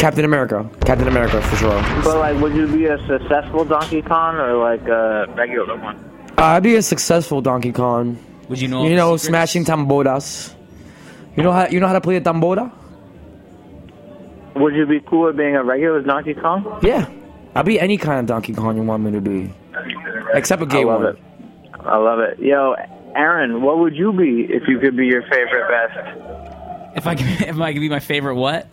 B: Captain America, Captain America for sure. Uh,
I: But like, would you be a successful Donkey Kong or like a regular one?
B: Uh, I'd be a successful Donkey Kong.
A: Would you know all
B: You
A: the
B: know,
A: secrets?
B: smashing tamboras. You know how you know how to play a tambora?
I: Would you be cool with being a regular Donkey Kong?
B: Yeah, I'll be any kind of Donkey Kong you want me to be, except a gay
I: I love
B: one.
I: it. I love it. Yo, Aaron, what would you be if you could be your favorite best?
A: If I could, if I could be my favorite, what?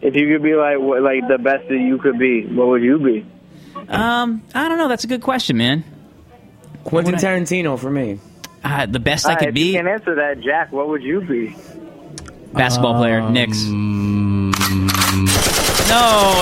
I: If you could be like what, like the best that you could be, what would you be?
A: Um, I don't know. That's a good question, man.
B: Quentin Tarantino for me.
A: Uh, the best I
I: Alright,
A: could
I: if
A: be
I: you can answer that, Jack. What would you be?
A: basketball player. Knicks. No,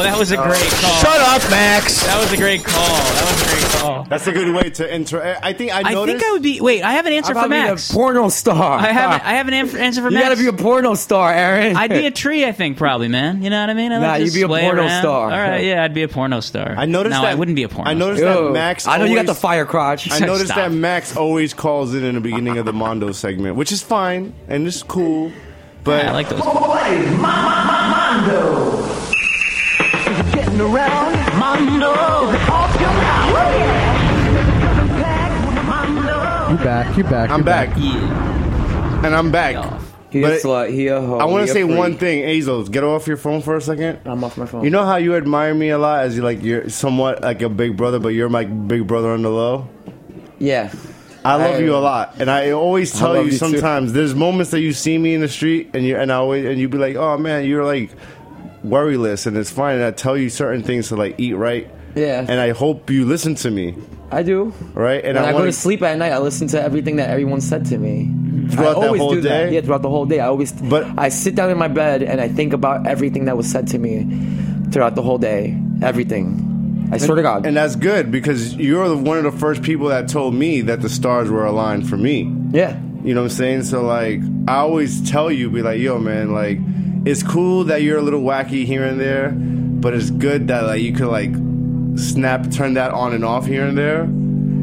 A: that was a great call.
C: Shut
I: up, Max.
A: That was a great call. That was a great call.
C: That's a good way to enter. I think I
A: I
C: noticed.
A: think I would be. Wait, I have an answer
C: I'd
A: for
C: probably be
A: Max.
B: a porno star.
A: I have. I have an an- answer for
B: You
A: Max.
B: gotta be a porno star, Aaron.
A: I'd be a tree, I think, probably, man. You know what I mean? I
B: Nah,
A: like to
B: you'd be a
A: sway
B: porno
A: around.
B: star.
A: All right, yeah, I'd be a porno star.
C: I noticed
A: no,
C: that
A: I wouldn't be a porno.
C: I noticed
A: star.
C: that Max.
B: I know you got
C: always-
B: the fire crotch.
C: I noticed
B: Stop.
C: that Max always calls it in the beginning of the Mondo segment, which is fine and it's cool. But
A: I like
E: Oh,
A: those.
E: Getting around Mondo, all skilled out. Oh yeah,
D: You back? You back?
C: I'm
D: you
C: back. And I'm back.
B: He
C: But
B: a slut. He a hoe.
C: I want
B: he
C: to
B: a
C: say
B: freak.
C: one thing, Azos. Get off your phone for a second.
B: I'm off my phone.
C: You know how you admire me a lot as you like you're somewhat like a big brother, but you're my big brother on the low.
B: Yeah.
C: I love
B: I-
C: you a lot, and I always
B: I
C: tell
B: love
C: you
B: you too.
C: sometimes there's moments that you see me in the street, and you and I always and you be like, oh man, you're like worryless, and it's fine. And I tell you certain things to like eat right,
B: Yeah.
C: and I hope you listen to me,
B: I do.
C: right?
B: And when I, go
C: wanna- Mhm.
B: to sleep at night, I listen to everything that everyone said to me.
C: Throughout
B: I
C: that
B: always
C: whole
B: do that.
C: day?
B: Yeah, throughout the whole day. I always but I sit down in my bed and I think about everything that was said to me throughout the whole day. Everything. I swear to God.
C: And that's good because you're the, one of the first people that told me that the stars were aligned for me.
B: Yeah.
C: You know what I'm saying? So, like, I always tell you, be like, yo, man, like, it's cool that you're a little wacky here and there, but it's good that, like, you could, like, snap, turn that on and off here and there.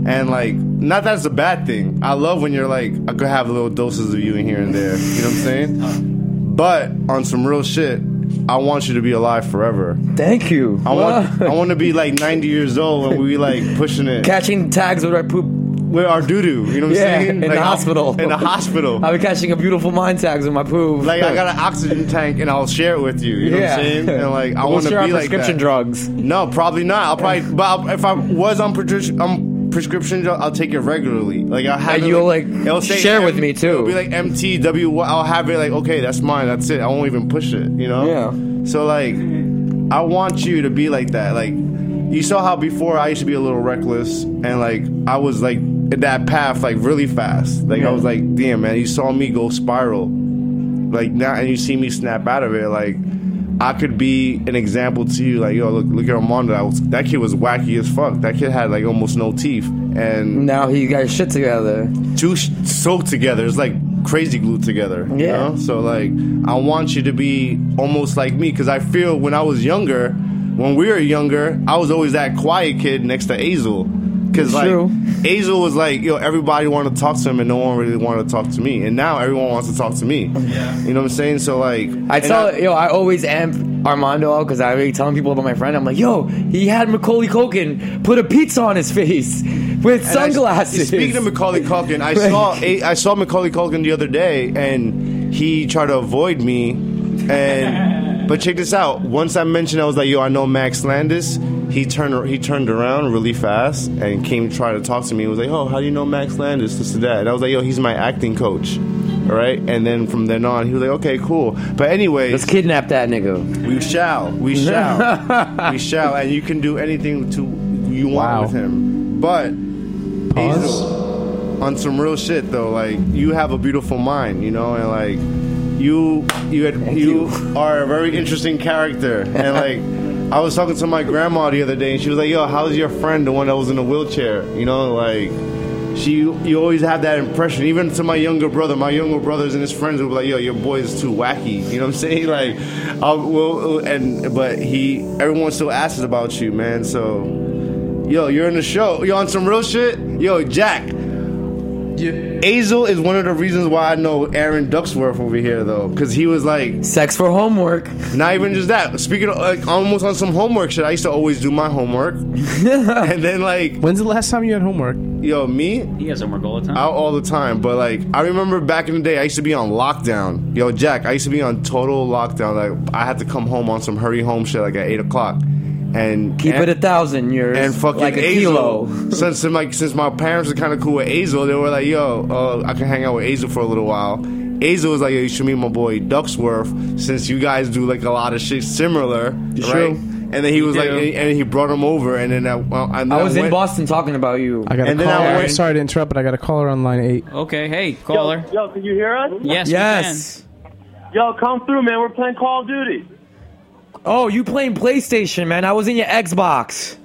C: And, like, not that's a bad thing. I love when you're like, I could have little doses of you in here and there. You know what I'm saying? But on some real shit, I want you to be alive forever.
B: Thank you.
C: I want I want to be like 90 years old and we like pushing it.
B: Catching tags with our poop.
C: With our doo doo. You know what
B: yeah,
C: I'm saying?
B: in
C: Like,
B: the
C: I-
B: hospital.
C: In the hospital.
B: I'll be catching a beautiful mind tags with my poop.
C: Like I got an oxygen tank and I'll share it with you. You know
B: Yeah.
C: what I'm saying? And like I
B: We'll
C: want to be
B: share our
C: like
B: prescription
C: that.
B: drugs.
C: No, probably not. I'll probably. But I'll, if I was on prescription, on prescription drug, I'll take it regularly. Like I'll have.
B: And
C: it,
B: you'll, like,
C: it'll say
B: share with me, too.
C: It'll be like MTW. I'll have it like okay, that's mine. That's it. I won't even push it. You know. Yeah. So like, I want you to be like that. Like, you saw how before I used to be a little reckless and like I was like in that path like really fast. Like I was like, damn man, you saw me go spiral like now and you see me snap out of it like I could be an example to you like yo look look at Armando that, was, that kid was wacky as fuck that kid had like almost no teeth and
B: now he got his shit together
C: two sh- so together it's like crazy glued together you
B: Yeah.
C: know? so like I want you to be almost like me because I feel when I was younger when we were younger I was always that quiet kid next to Azel because
B: It's
C: like
B: true.
C: Azel was like yo everybody wanted to talk to him and no one really wanted to talk to me and now everyone wants to talk to me yeah. you know what I'm saying so like
B: I
C: and
B: tell yo, I always am Armando out because I be telling people about my friend. I'm like, yo, he had Macaulay Culkin put a pizza on his face with
C: And I-
B: sunglasses.
C: speaking of Macaulay Culkin, I saw a- I saw Macaulay Culkin the other day, and he tried to avoid me. And but check this out. Once I mentioned, I was like, "Yo, I know Max Landis." He turned he turned around really fast and came trying to talk to me. He was like, "Oh, how do you know Max Landis?" This and that. And I was like, "Yo, he's my acting coach." All right, and then from then on, he was like, "Okay, cool." But anyway, let's
B: kidnap that nigga.
C: We shall, we shall, we shall, and you can do anything to you want with him. But Hazel, on some real shit though, like you have a beautiful mind, you know, and like you you had, you, are a very interesting character, and like I was talking to my grandma the other day, and she was like, "Yo, how's your friend, the one that was in the wheelchair?" You know, like. She, you always have that impression. Even to my younger brother, my younger brothers and his friends would be like, "Yo, your boy is too wacky." You know what I'm saying? Like, I will, and but he, everyone still asks about you, man. So Yo, you're in the show. You on some real shit? Yo, Jack. Azel is one of the reasons why I know Aaron Ducksworth over here, though, because he was like
B: sex for homework.
C: Not even just that. Speaking of, like, almost on some homework shit, I used to always do my homework, and then like,
D: when's the last time you had homework?
C: Yo, me?
A: He has homework all the time.
C: Out all the time, but like, I remember back in the day, I used to be on lockdown. Yo, Jack, I used to be on total lockdown. Like, I had to come home on some hurry home shit, like at eight o'clock, and
B: Keep it a thousand years.
C: and fucking
B: like a
C: Azel.
B: kilo.
C: since since my since my parents are kind of cool with Azel, they were like, "Yo, uh, I can hang out with Azel for a little while." Azel was like, "Yo, you should meet my boy Ducksworth, since you guys do like a lot of shit similar,
B: It's
C: right?"
B: true.
C: And then he was like,
B: Yeah.
C: and, and he brought him over, and then I, well, and then
B: I was in
C: went-
B: Boston talking about you.
D: I got a
C: And then
D: caller.
C: I
D: I'm
C: went.
D: sorry to interrupt, but I got a caller on line eight.
A: Okay, hey, caller.
J: Yo, yo, can you hear us?
A: Yes, we Yes.
J: Yo, come through, man. We're playing Call of Duty.
B: Oh, you playing PlayStation, man? I was in your Xbox.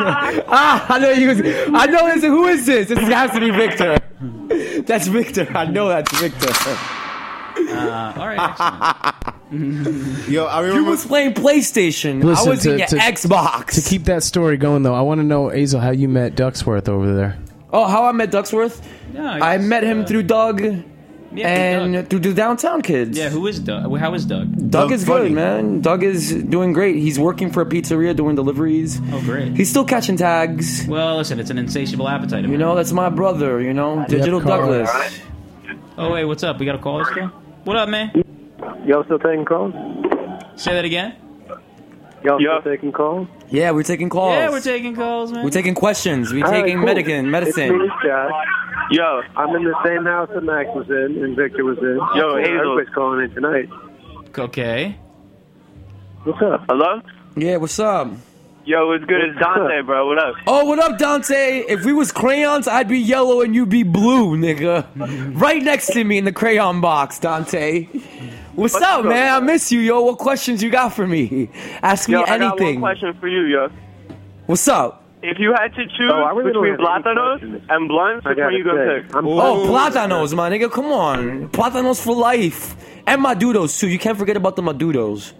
B: ah, I know you. Was, I know this. Who is this? This has to be Victor. That's Victor. I know that's Victor.
A: Uh, all right. excellent.
C: Yo, I
B: you was playing PlayStation.
D: Listen,
B: I was
D: to,
B: in your
D: to-
B: Xbox.
D: To keep that story going, though, I want to know, Azel, how you met Ducksworth over there.
B: Oh, how I met Ducksworth? I, met
A: uh,
B: him through Doug and through the downtown kids.
A: Yeah, who is Doug? How is Doug?
B: Doug, is good, man. Doug is doing great. He's working for a pizzeria doing deliveries.
A: Oh, great.
B: He's still catching tags.
A: Well, listen, it's an insatiable appetite.
B: You know, that's my brother, you know, Digital Douglas.
A: Oh wait, what's up? We got a caller still. What up, man?
J: Y'all still taking calls?
A: Say that again.
J: Y'all still taking calls?
B: Yeah, we're taking calls.
A: Yeah, we're taking calls, man.
B: We're taking questions. We're taking medicine.
J: It's me,
B: medicine.
J: Josh. Yo, I'm in the same house that Max was in and Victor was in.
A: Yo, Hazel.
J: everybody's calling in tonight.
A: Okay.
J: What's up?
K: Hello?
B: Yeah, what's up?
K: Yo, what's good? It's Dante, bro. What up?
B: Oh, what up, Dante? If we was crayons, I'd be yellow and you'd be blue, nigga. right next to me in the crayon box, Dante. What's,
K: What's
B: up,
K: up?
B: man? I miss you, yo. What questions you got for me? Ask me
K: yo, I got one
B: anything.
K: question for you, yo.
B: What's up?
K: If you had to choose
J: Oh,
B: I really don't
K: between
B: have any
K: Platanos and blunts, which one you gonna pick?
B: oh, platanos, my nigga. Come on, platanos for life, and madudos too. You can't forget about the madudos.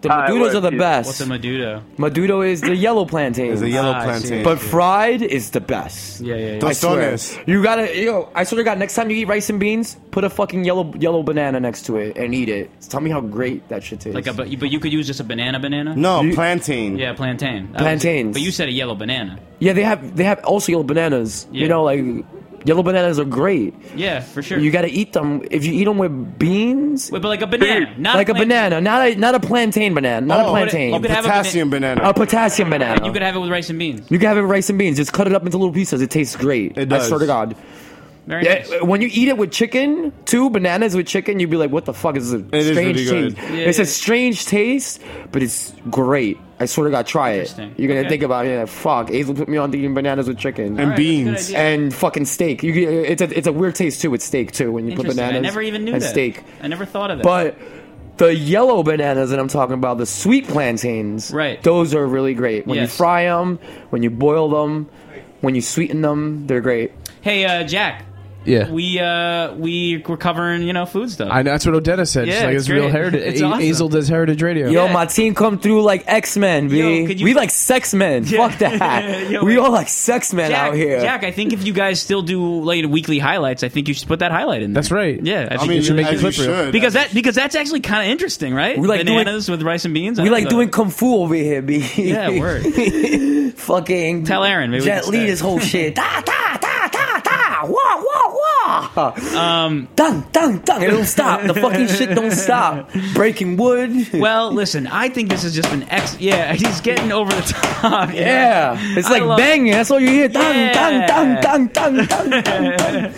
B: The
A: All right,
B: madudos
A: what-
B: are the
A: What's
B: best.
A: a Madudo?
B: Madudo is the yellow plantain.
A: Is the yellow Ah, I see. plantain.
B: But fried is the best.
A: Yeah, yeah, yeah.
B: I swear.
A: Tostones.
B: You gotta, yo. I swear to God, next time you eat rice and beans, put a fucking yellow yellow banana next to it and eat it. Tell me how great that shit tastes.
A: Like a, but, you, but you could use just a banana, banana.
B: No, You-
C: plantain.
A: Yeah, plantain. That was-
B: Plantains.
A: but you said a yellow banana.
B: yeah, they have they have also yellow bananas. You
A: Yeah.
B: know, like yellow bananas are great.
A: Yeah, for sure.
B: You gotta eat them if you eat them with beans.
A: Wait, but like a banana, not
B: like a,
A: plant-
B: banana, not a not a plantain banana, not
A: Oh,
B: a plantain.
A: you could have a Potassium bana- banana.
B: A potassium banana.
A: You could have it with rice and beans.
B: You can have it with rice and beans. Just cut it up into little pieces. It tastes great.
A: It does.
B: I swear to God.
A: Very
B: Yeah,
A: nice.
B: When you eat it with chicken, two bananas with chicken, you'd be like, "What the fuck is this?
A: It is
B: strange
A: really good.
B: taste?"
A: Yeah,
B: it's
A: yeah.
B: a strange taste, but it's great. I swear to God, try it.
A: Interesting.
B: You're gonna
A: Okay.
B: think about it. Like, fuck, Hazel put me on to eating bananas with chicken
A: And All right, that's a good beans. idea.
B: and fucking steak. You, get- it's a it's a weird taste too with steak too when you put
A: Interesting.
B: bananas
A: I never even knew
B: and
A: that.
B: steak.
A: I never thought of that.
B: But the yellow bananas that I'm talking about, the sweet plantains, right? Those are really great. When you
A: Yes.
B: fry them, when you boil them, when you sweeten them, they're great.
A: hey, uh, Jack.
D: Yeah.
A: we uh, we were covering you know food stuff.
D: I know that's what Odetta said. She's
A: Yeah,
D: like,
A: it's
D: it's, real
A: great.
D: heritage.
A: It's
D: A-
A: awesome.
D: Azel does heritage radio.
B: Yo, my team come through like X Men,
A: Yo,
B: B.
A: could you-
B: we like sex men. Fuck that.
A: Yo,
B: we
A: wait.
B: all like sex men
A: Jack,
B: out here.
A: Jack, I think if you guys still do like weekly highlights, I think you should put that highlight in there. That's
D: right.
A: Yeah,
D: I mean,
A: you
D: you- as you should.
A: because that because that's actually kind of interesting, right?
B: We like doing-
A: bananas with rice and beans. I
B: we like
A: thought-
B: doing kung fu over here, B.
A: Yeah, word.
B: Fucking
A: Tell Aaron, maybe we
B: Jet
A: can
B: Li
A: start.
B: this whole shit. Da da da da da. Wah wah wah.
A: Um,
B: dun dun dun. It don't stop. The fucking shit don't stop. Breaking wood.
A: Well, listen, I think this is just an ex. Yeah, he's getting over the top.
B: Yeah, it's
A: I
B: like
A: love-
B: banging. That's all you hear. Dun
A: Yeah.
B: dun dun dun dun dun dun. dun.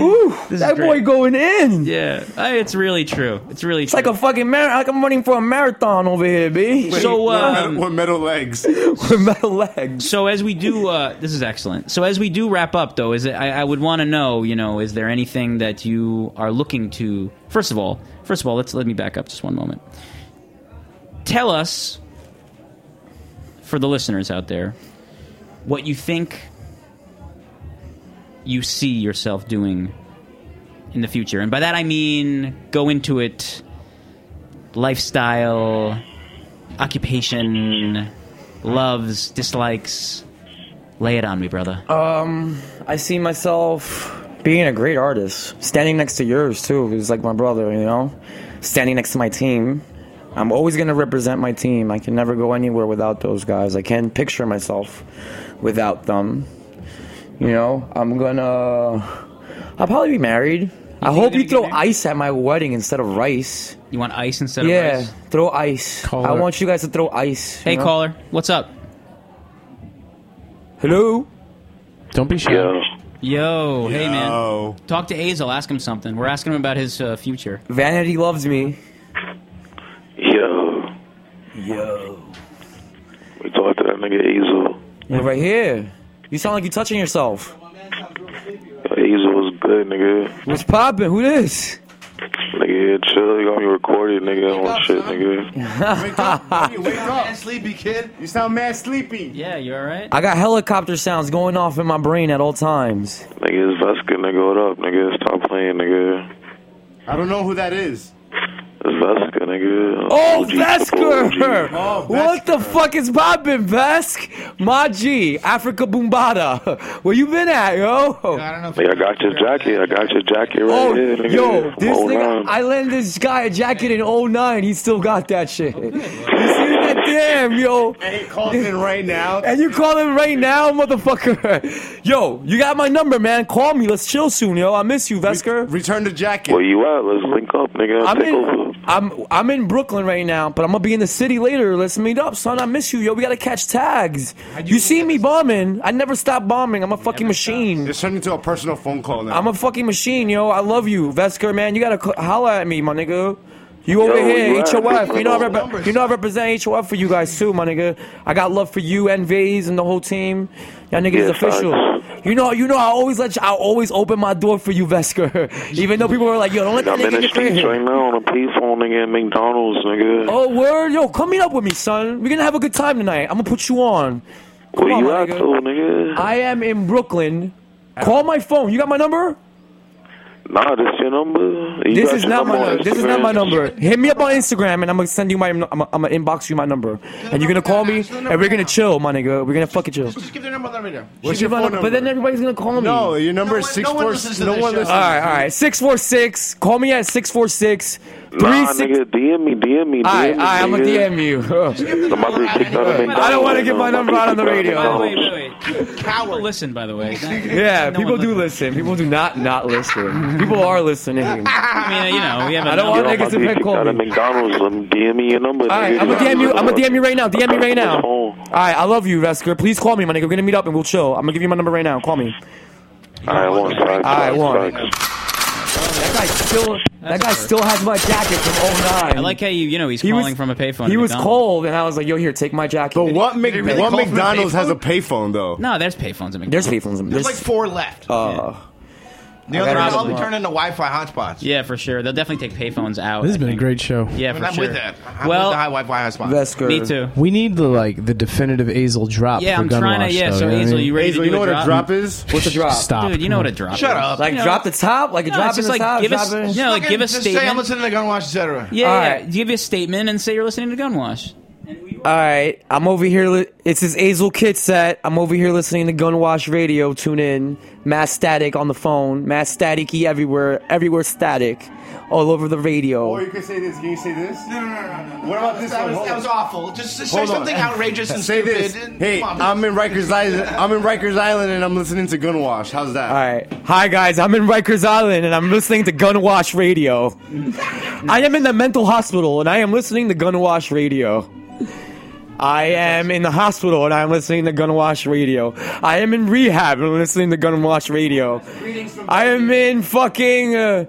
B: Ooh,
A: This is
B: that boy
A: great.
B: going in.
A: Yeah, uh, it's really true. It's really
B: It's like a fucking marathon. Like I'm running for a marathon over here, b.
A: So, um,
C: with metal legs.
B: with metal legs.
A: So as we do, uh, this is excellent. So as we do wrap up, though, is it, I, I would want to know, you know, is there anything that you are looking to? First of all, first of all, let's let me back up just one moment. Tell us, for the listeners out there, what you think you see yourself doing in the future, and by that I mean go into it lifestyle, occupation, loves, dislikes. Lay it on me, brother.
B: Um, I see myself being a great artist, standing next to yours too, who's like my brother, you know, standing next to my team. I'm always gonna represent my team. I can never go anywhere without those guys. I can't picture myself without them. You know, I'm gonna. I'll probably be married. I hope you throw ice at my wedding instead of rice.
A: You want ice instead
B: Yeah,
A: of rice?
B: throw ice. I
A: Caller.
B: want you guys to throw ice. you
A: Hey,
B: know?
A: caller, what's up?
B: Hello.
D: Don't be shy.
A: Yo, hey man. Talk to Azel. Ask him something. We're asking him about his uh, future.
B: Vanity loves me.
W: Yo,
B: Yo.
W: we talked to that nigga Azel.
B: You're right here. You sound like you're touching yourself.
W: Azel was good, nigga.
B: What's poppin'? Who this?
W: Nigga, yeah, chill. You got me recorded, nigga. On shit, nigga.
C: wake up, you wake up. sleepy kid. You sound mad sleepy.
A: Yeah, you all right?
B: I got helicopter sounds going off in my brain at all times.
W: Nigga, it's Veska, nigga. What up, nigga? Stop playing, nigga.
C: I don't know who that is.
W: It's Veska, nigga.
B: Oh,
W: OG, triple
B: Vesker!
W: OG.
B: what the fuck is poppin', Vesk? My G, Africa Bumbada. Where you been at, yo?
W: Nigga, I got your jacket. I got your jacket right
B: Oh,
W: here, nigga.
B: yo,
W: From
B: this
W: 09.
B: nigga, I lent this guy a jacket in 09. He still got that shit. You see that? Damn, yo.
C: Oh, And he calls in right now.
B: And you calling right now, motherfucker? Yo, you got my number, man. Call me. Let's chill soon, yo. I miss you, Vesker.
C: return the jacket.
W: Where you at? Let's link up, nigga.
B: I'm
W: Take over.
B: in, I'm I'm in Brooklyn right now, but I'm gonna be in the city later. Let's meet up, son. I miss you, yo. We gotta catch tags. You see me bombing? I never stop bombing. I'm a fucking machine.
C: It's turned into a personal phone call now.
B: I'm a fucking machine, yo. I love you, Vesker, man. You gotta c- holler at me, my nigga. You
W: Yo,
B: over here,
W: you at?
B: HOF. You know, I rep- you know, I represent HOF for you guys too, my nigga. I got love for you and Vase and the whole team. Y'all niggas is
W: Yeah,
B: official. You know, you know, I always let you, I always open my door for you, Vesker. Even though people were like, yo, don't
W: Nigga,
B: let that
W: I'm in
B: nigga
W: the
B: get clear
W: streets
B: here.
W: right now on a payphone, nigga, at McDonald's, nigga.
B: Oh word, yo, come meet up with me, son. We're gonna have a good time tonight. I'm gonna put you on.
W: Where
B: Come
W: you
B: on,
W: at,
B: my nigga.
W: though, nigga?
B: I am in Brooklyn. Call my phone. You got my number?
W: Nah, this your number. You
B: This
W: got
B: is
W: your
B: not my
W: number on
B: number. This is not
W: Instagram?
B: my number. Hit me up on Instagram, and I'm gonna send you my. I'm gonna, I'm gonna inbox you my number, and you're gonna call me, and we're gonna chill, my nigga. We're gonna fucking chill.
H: Give their number, let me know.
C: What's your phone number?
B: But then everybody's gonna call me.
C: No, your number is six
H: no one
C: four.
H: listens to
C: No
H: this
C: one
H: show.
C: listens.
B: All right, all right. Six four six. Call me at six four six three
W: Nah,
B: six.
W: nigga, DM me, DM me, DM
B: All right,
W: me,
B: all right. I'm gonna
W: nigga.
B: DM
W: I'm
B: you.
W: about to get kicked out of McDonald's.
B: I don't want to get
W: nigga.
B: my
W: I'm about
B: number out on the
W: to get kicked
B: radio.
W: out of
A: Wait,
W: McDonald's.
A: wait, wait. People listen, by the way.
B: Yeah,
A: No
B: people
A: one
B: do listen. People do not not listen. People are listening. All
A: I mean, you know, we have. a
B: I don't
A: number.
B: want
W: Yo, I'm about
B: niggas
W: to
B: to
W: get
B: pick
W: kicked
B: call
W: out of
B: me.
W: McDonald's. I'm DM me your number,
B: right,
W: nigga.
B: I'm gonna DM you. I'm gonna DM you right now. DM me right now. All
W: All
B: right, I love you, Vesker. Please call me, my nigga. We're gonna meet up and we'll chill. I'm gonna give you my number right now. Call me.
W: right, one side.
B: I want.
W: Facts.
B: That guy still. That guy still has my jacket from 09.
A: I like how you, you know, he's
B: He
A: calling
B: was-
A: from a payphone.
B: He
A: at
B: was
A: McDonald's.
B: cold, and I was like, "Yo, here, take my jacket." But
C: What, Mc- what McDonald's has a payphone though?
A: No, there's payphones at McDonald's.
B: There's payphones.
A: There's
B: There's
A: like
H: four left.
B: Uh,
H: Neil, they're
A: Probably.
H: probably turning into Wi-Fi hotspots.
A: Yeah, for sure. They'll definitely take payphones out.
D: This has been a great show.
A: Yeah,
H: I mean,
A: for
H: I'm
A: sure.
H: with that. I'm
A: well,
H: with the high Wi-Fi hotspot.
A: Me too.
D: We need the like the definitive Azel drop.
A: Yeah,
D: for
A: I'm
D: gun
A: trying to-
D: wash,
A: yeah,
D: Though,
A: so
D: you know what I
A: Azel,
D: mean?
A: you ready to Azel, you do know a what a drop? drop
C: is?
B: What's a drop?
D: Stop.
A: Dude, you know what a drop
H: Shut
A: is.
H: up.
B: Like
A: You know-
B: drop the top, like a
A: No,
B: drop
A: it's just
B: in the
A: like
B: top,
A: give
B: drop
A: us-
B: in-
A: no, like,
H: Fucking
A: give a
H: just Say I'm
A: statement.
H: listening to Gunwash, etc.
A: Yeah,
B: All
A: yeah.
B: right.
A: Give you a statement and say you're listening to Gunwash.
B: All right, I'm over here. Li- it's his Azel kit set. I'm over here listening to Gunwash Radio. Tune in. Mass static on the phone. Mass staticky everywhere. Everywhere static, all over the
C: Or
B: radio.
C: you could say this. Can you say this? No, no, no, no. What about this
H: That
C: one?
H: was,
C: Hold
H: that
C: on.
H: was awful. Just, just say
C: Hold on.
H: something outrageous and
C: Say
H: stupid.
C: this. Hey,
H: Come on.
C: I'm in Rikers Island. I'm in Rikers Island, and I'm listening to Gunwash. How's that? All
B: right. Hi guys, I'm in Rikers Island and I'm listening to Gunwash Radio. I am in the mental hospital and I am listening to Gunwash Radio. I am in the hospital and I'm listening to Gunwash Radio. I am in rehab and I'm listening to Gunwash Radio. I am in fucking uh,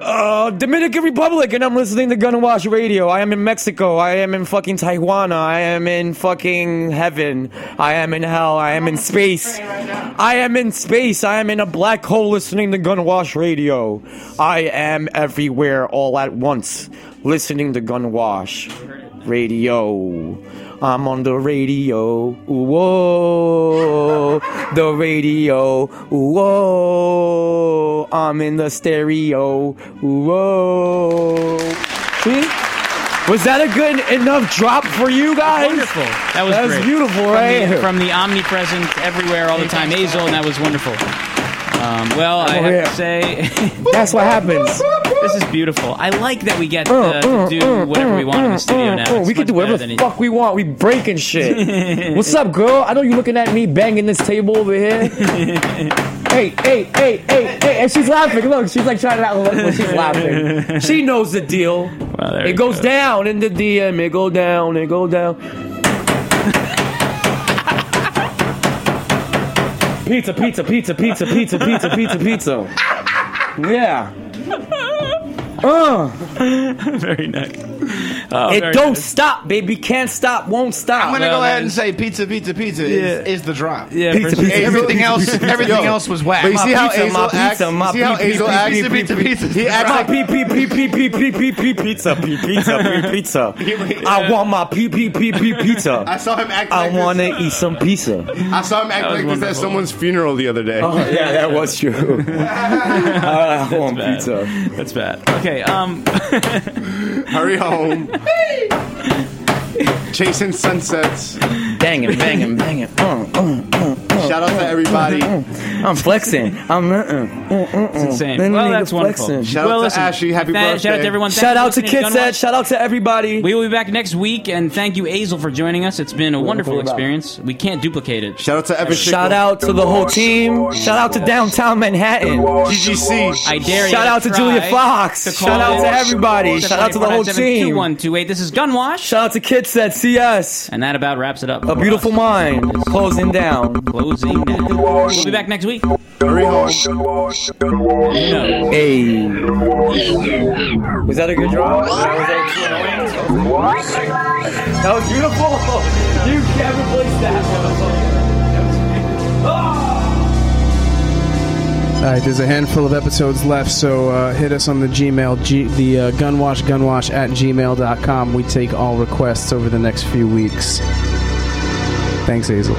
B: uh, Dominican Republic and I'm listening to Gunwash Radio. I am in Mexico. I am in fucking Tijuana. I am in fucking heaven. I am in hell. I am in space. I am in space. I am in a black hole listening to Gunwash Radio. I am everywhere all at once listening to Gunwash Radio. I'm on the radio. Ooh, whoa. The radio. Ooh, whoa. I'm in the stereo. Ooh, whoa. See? Was that a good enough drop for you guys?
A: Wonderful. That was
B: that
A: great.
B: was beautiful,
A: From
B: right?
A: the-
B: here.
A: From the omnipresent, everywhere, all the time, Azel, and that was wonderful. Um, well,
B: Oh,
A: I have
B: yeah.
A: to say,
B: That's what happens.
A: this is beautiful. I like that we get
B: Uh,
A: uh,
B: uh,
A: to
B: uh,
A: do whatever we want in
B: uh,
A: the studio
B: uh,
A: now.
B: uh,
A: It's
B: we can
A: much
B: do whatever
A: better than
B: the
A: it-
B: fuck we want. We breaking shit. What's up, girl? I know you looking at me banging this table over here. hey, hey, hey, hey, hey! And she's laughing. Look, she's like trying to not look, but she's laughing. She knows the deal.
A: there
B: it
A: we
B: goes
A: go.
B: down in the DM. It go down. It go down. Pizza, pizza, pizza, pizza, pizza, pizza, pizza, pizza. Yeah. Uh.
A: very nice.
B: it
A: very
B: don't
A: nice.
B: stop, baby. Can't stop, won't stop.
H: I'm gonna go ahead and say pizza, pizza, pizza is,
B: Yeah.
H: is the drop.
B: Yeah, Pizza, for sure. pizza,
H: everything
B: pizza,
H: else,
B: pizza,
H: everything
B: pizza.
H: else was whack.
B: But you see how
H: pizza,
B: Azel
H: my
B: acts-
H: pizza, my
B: see how
H: pizza,
B: Azel
H: pizza,
B: acts-
H: pizza, pizza, pizza.
B: He acts like pee pee pee pee pee pee pee pee pizza pee pizza pee pizza. I want my pee pee pee pee pizza.
C: I saw him act
B: I
C: like this.
B: want to eat some pizza.
C: I saw him act
B: That was
C: like this at
B: wonderful.
C: someone's funeral the other day.
B: Oh yeah, that was true. I want
A: bad.
B: pizza.
A: That's bad. Okay, um,
C: Hurry home. Chasing sunsets.
B: Bang it, bang it, bang it. Uh, uh, uh, uh,
C: Shout out to
B: uh,
C: everybody.
B: uh, uh. I'm flexing. I'm. Uh, uh, uh, uh,
A: it's insane.
B: Little
A: well,
B: nigga
A: that's wonderful.
B: flexing.
C: Shout
A: well,
C: out to
A: listen,
C: Ashley. Happy
A: thank- Shout out
C: birthday.
A: to everyone. Thank
B: Shout
A: you for
B: out to
A: listening
B: Kid
A: Gunwash.
B: Set. Shout out to everybody.
A: We will be back next week, and thank you, Azel, for joining us. It's been a wonderful
B: welcome back.
A: experience. We can't duplicate it.
C: Shout out to Epic
B: Shout out to the whole team. Shout out to downtown Manhattan.
C: GGC.
A: I dare you.
B: Shout
A: to
B: out to
A: try
B: Julia Fox.
A: to call
B: Shout out
A: in.
B: to everybody. Shout out to the whole
A: 747-2128.
B: team.
A: This is Gunwash.
B: Shout out to Kids that see us.
A: And that about wraps it up.
B: A beautiful mind closing down.
A: Closing. now. We'll be back next week.
C: Hurry home.
B: Hey. Was that a good draw? That was beautiful. You can't replace that.
D: All right, there's a handful of episodes left, so uh, hit us on the Gmail, G- the uh, gunwash, gunwash at gmail.com. We take all requests over the next few weeks. Thanks, Hazel.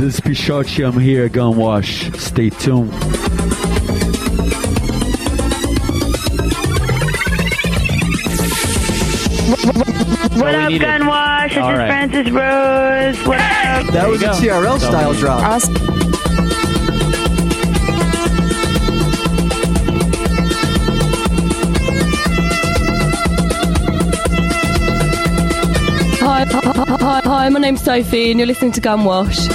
F: This is Pishachi. I'm here at Gunwash. Stay tuned.
N: What up, Gunwash? This
F: All
N: is
F: right.
N: Francis Rose. What up?
M: That was a TRL style drop.
X: Hi, hi, hi, hi, my name's Sophie, and you're listening to Gunwash.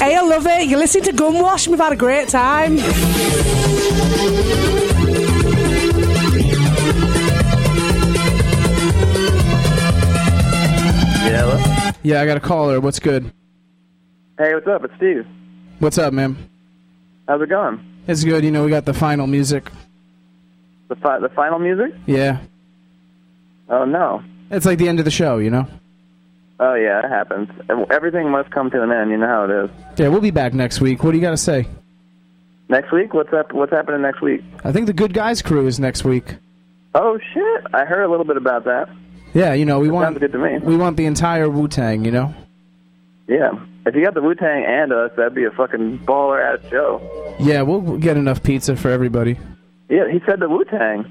Y: Hey, I love it. You're listening to Gunwash, and we've had a great time.
D: Yeah. Yeah, I got a caller. What's good?
J: Hey, what's up? It's Steve.
D: What's up, man?
J: How's it going?
D: It's good. You know, we got the final music.
J: The fi- the final music?
D: Yeah.
J: Oh no.
D: It's like the end of the show, you know?
J: Oh yeah, it happens. Ev- Everything must come to an end. You know how it is.
D: Yeah, we'll be back next week. What do you got to say?
J: Next week, what's up? What's happening next week?
D: I think the Good Guys crew is next week.
J: Oh shit! I heard a little bit about that.
D: Yeah, you know, we want
J: sounds good to me.
D: we want the entire Wu Tang, you know?
J: Yeah. If you got the Wu Tang and us, that'd be a fucking baller ass show.
D: Yeah, we'll get enough pizza for everybody.
J: Yeah, he said the Wu Tang.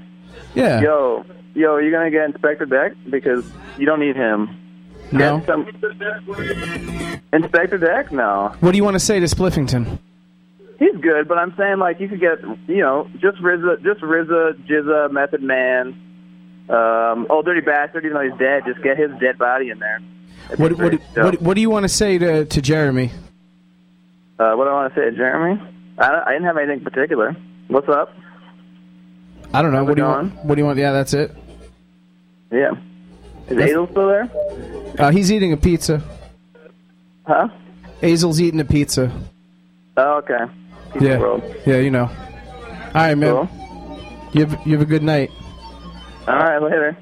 D: Yeah.
J: Yo, yo, are you gonna get Inspector Deck because you don't need him.
D: No.
J: Get some- Inspector Deck? No,
D: What do you want to say to Spliffington?
J: he's good, but I'm saying like you could get you know just RZA, just RZA, Jizza, Method Man, um, Old Dirty Bastard. Even though he's dead, just get his dead body in there. That'd be
D: What what,
J: great.
D: what what do you want to say to to Jeremy?
J: Uh, what do I want to say, to Jeremy? I, don't- I didn't have anything particular. What's up?
D: I don't know. What do you want? What do you want? Yeah, that's it.
J: Yeah, is Adel still there?
D: Uh, he's eating a pizza.
J: Huh?
D: Hazel's eating a pizza.
J: Oh, okay.
D: yeah. Yeah, you know. All right, man. You have you have a good night.
J: All right, later.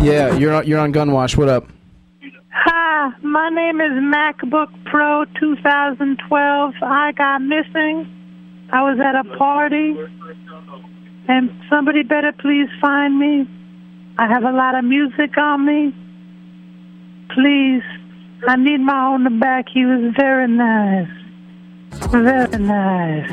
D: Yeah, you're on, you're on Gunwash. What up?
N: Hi, my name is MacBook Pro 2012. I got missing. I was at a party, and somebody better please find me. I have a lot of music on me. Please, I need my owner back. He was very nice. Very nice.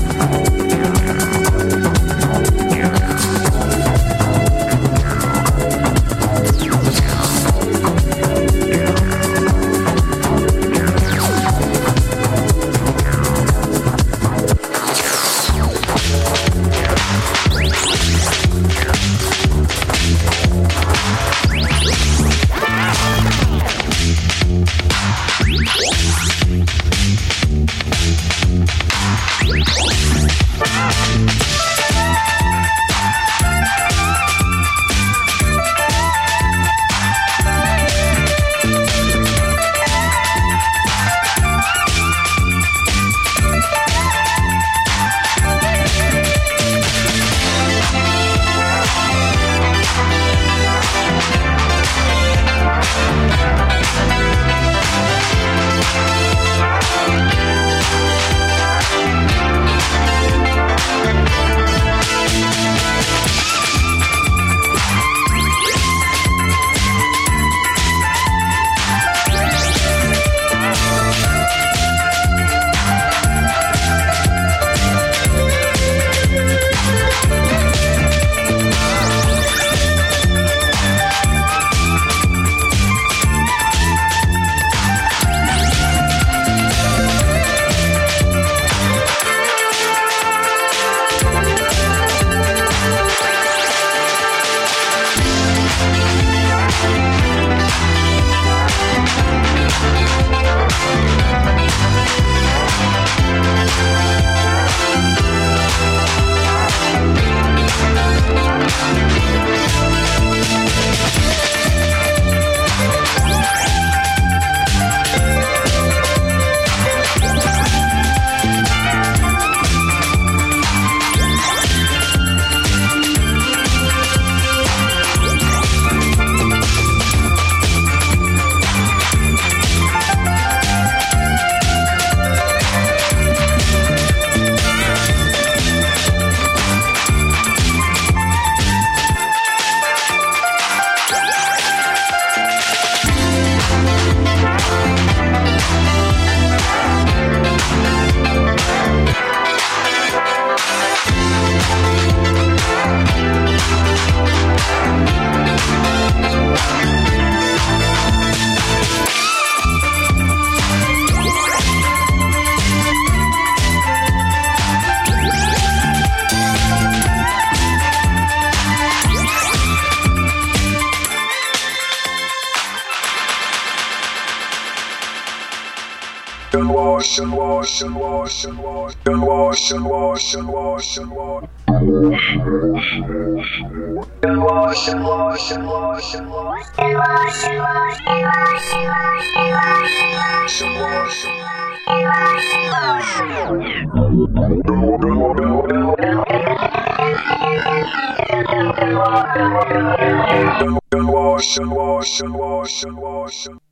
E: Thank you.
U: Gunwash, gunwash, gunwash, gunwash, gunwash, gunwash, gunwash, gunwash. Gunwash, gunwash, gunwash, gunwash. Gunwash, gunwash, gunwash, gunwash, gunwash, gunwash. Gunwash, gunwash, gunwash, gunwash. Gunwash, gunwash, gunwash, gunwash, gunwash.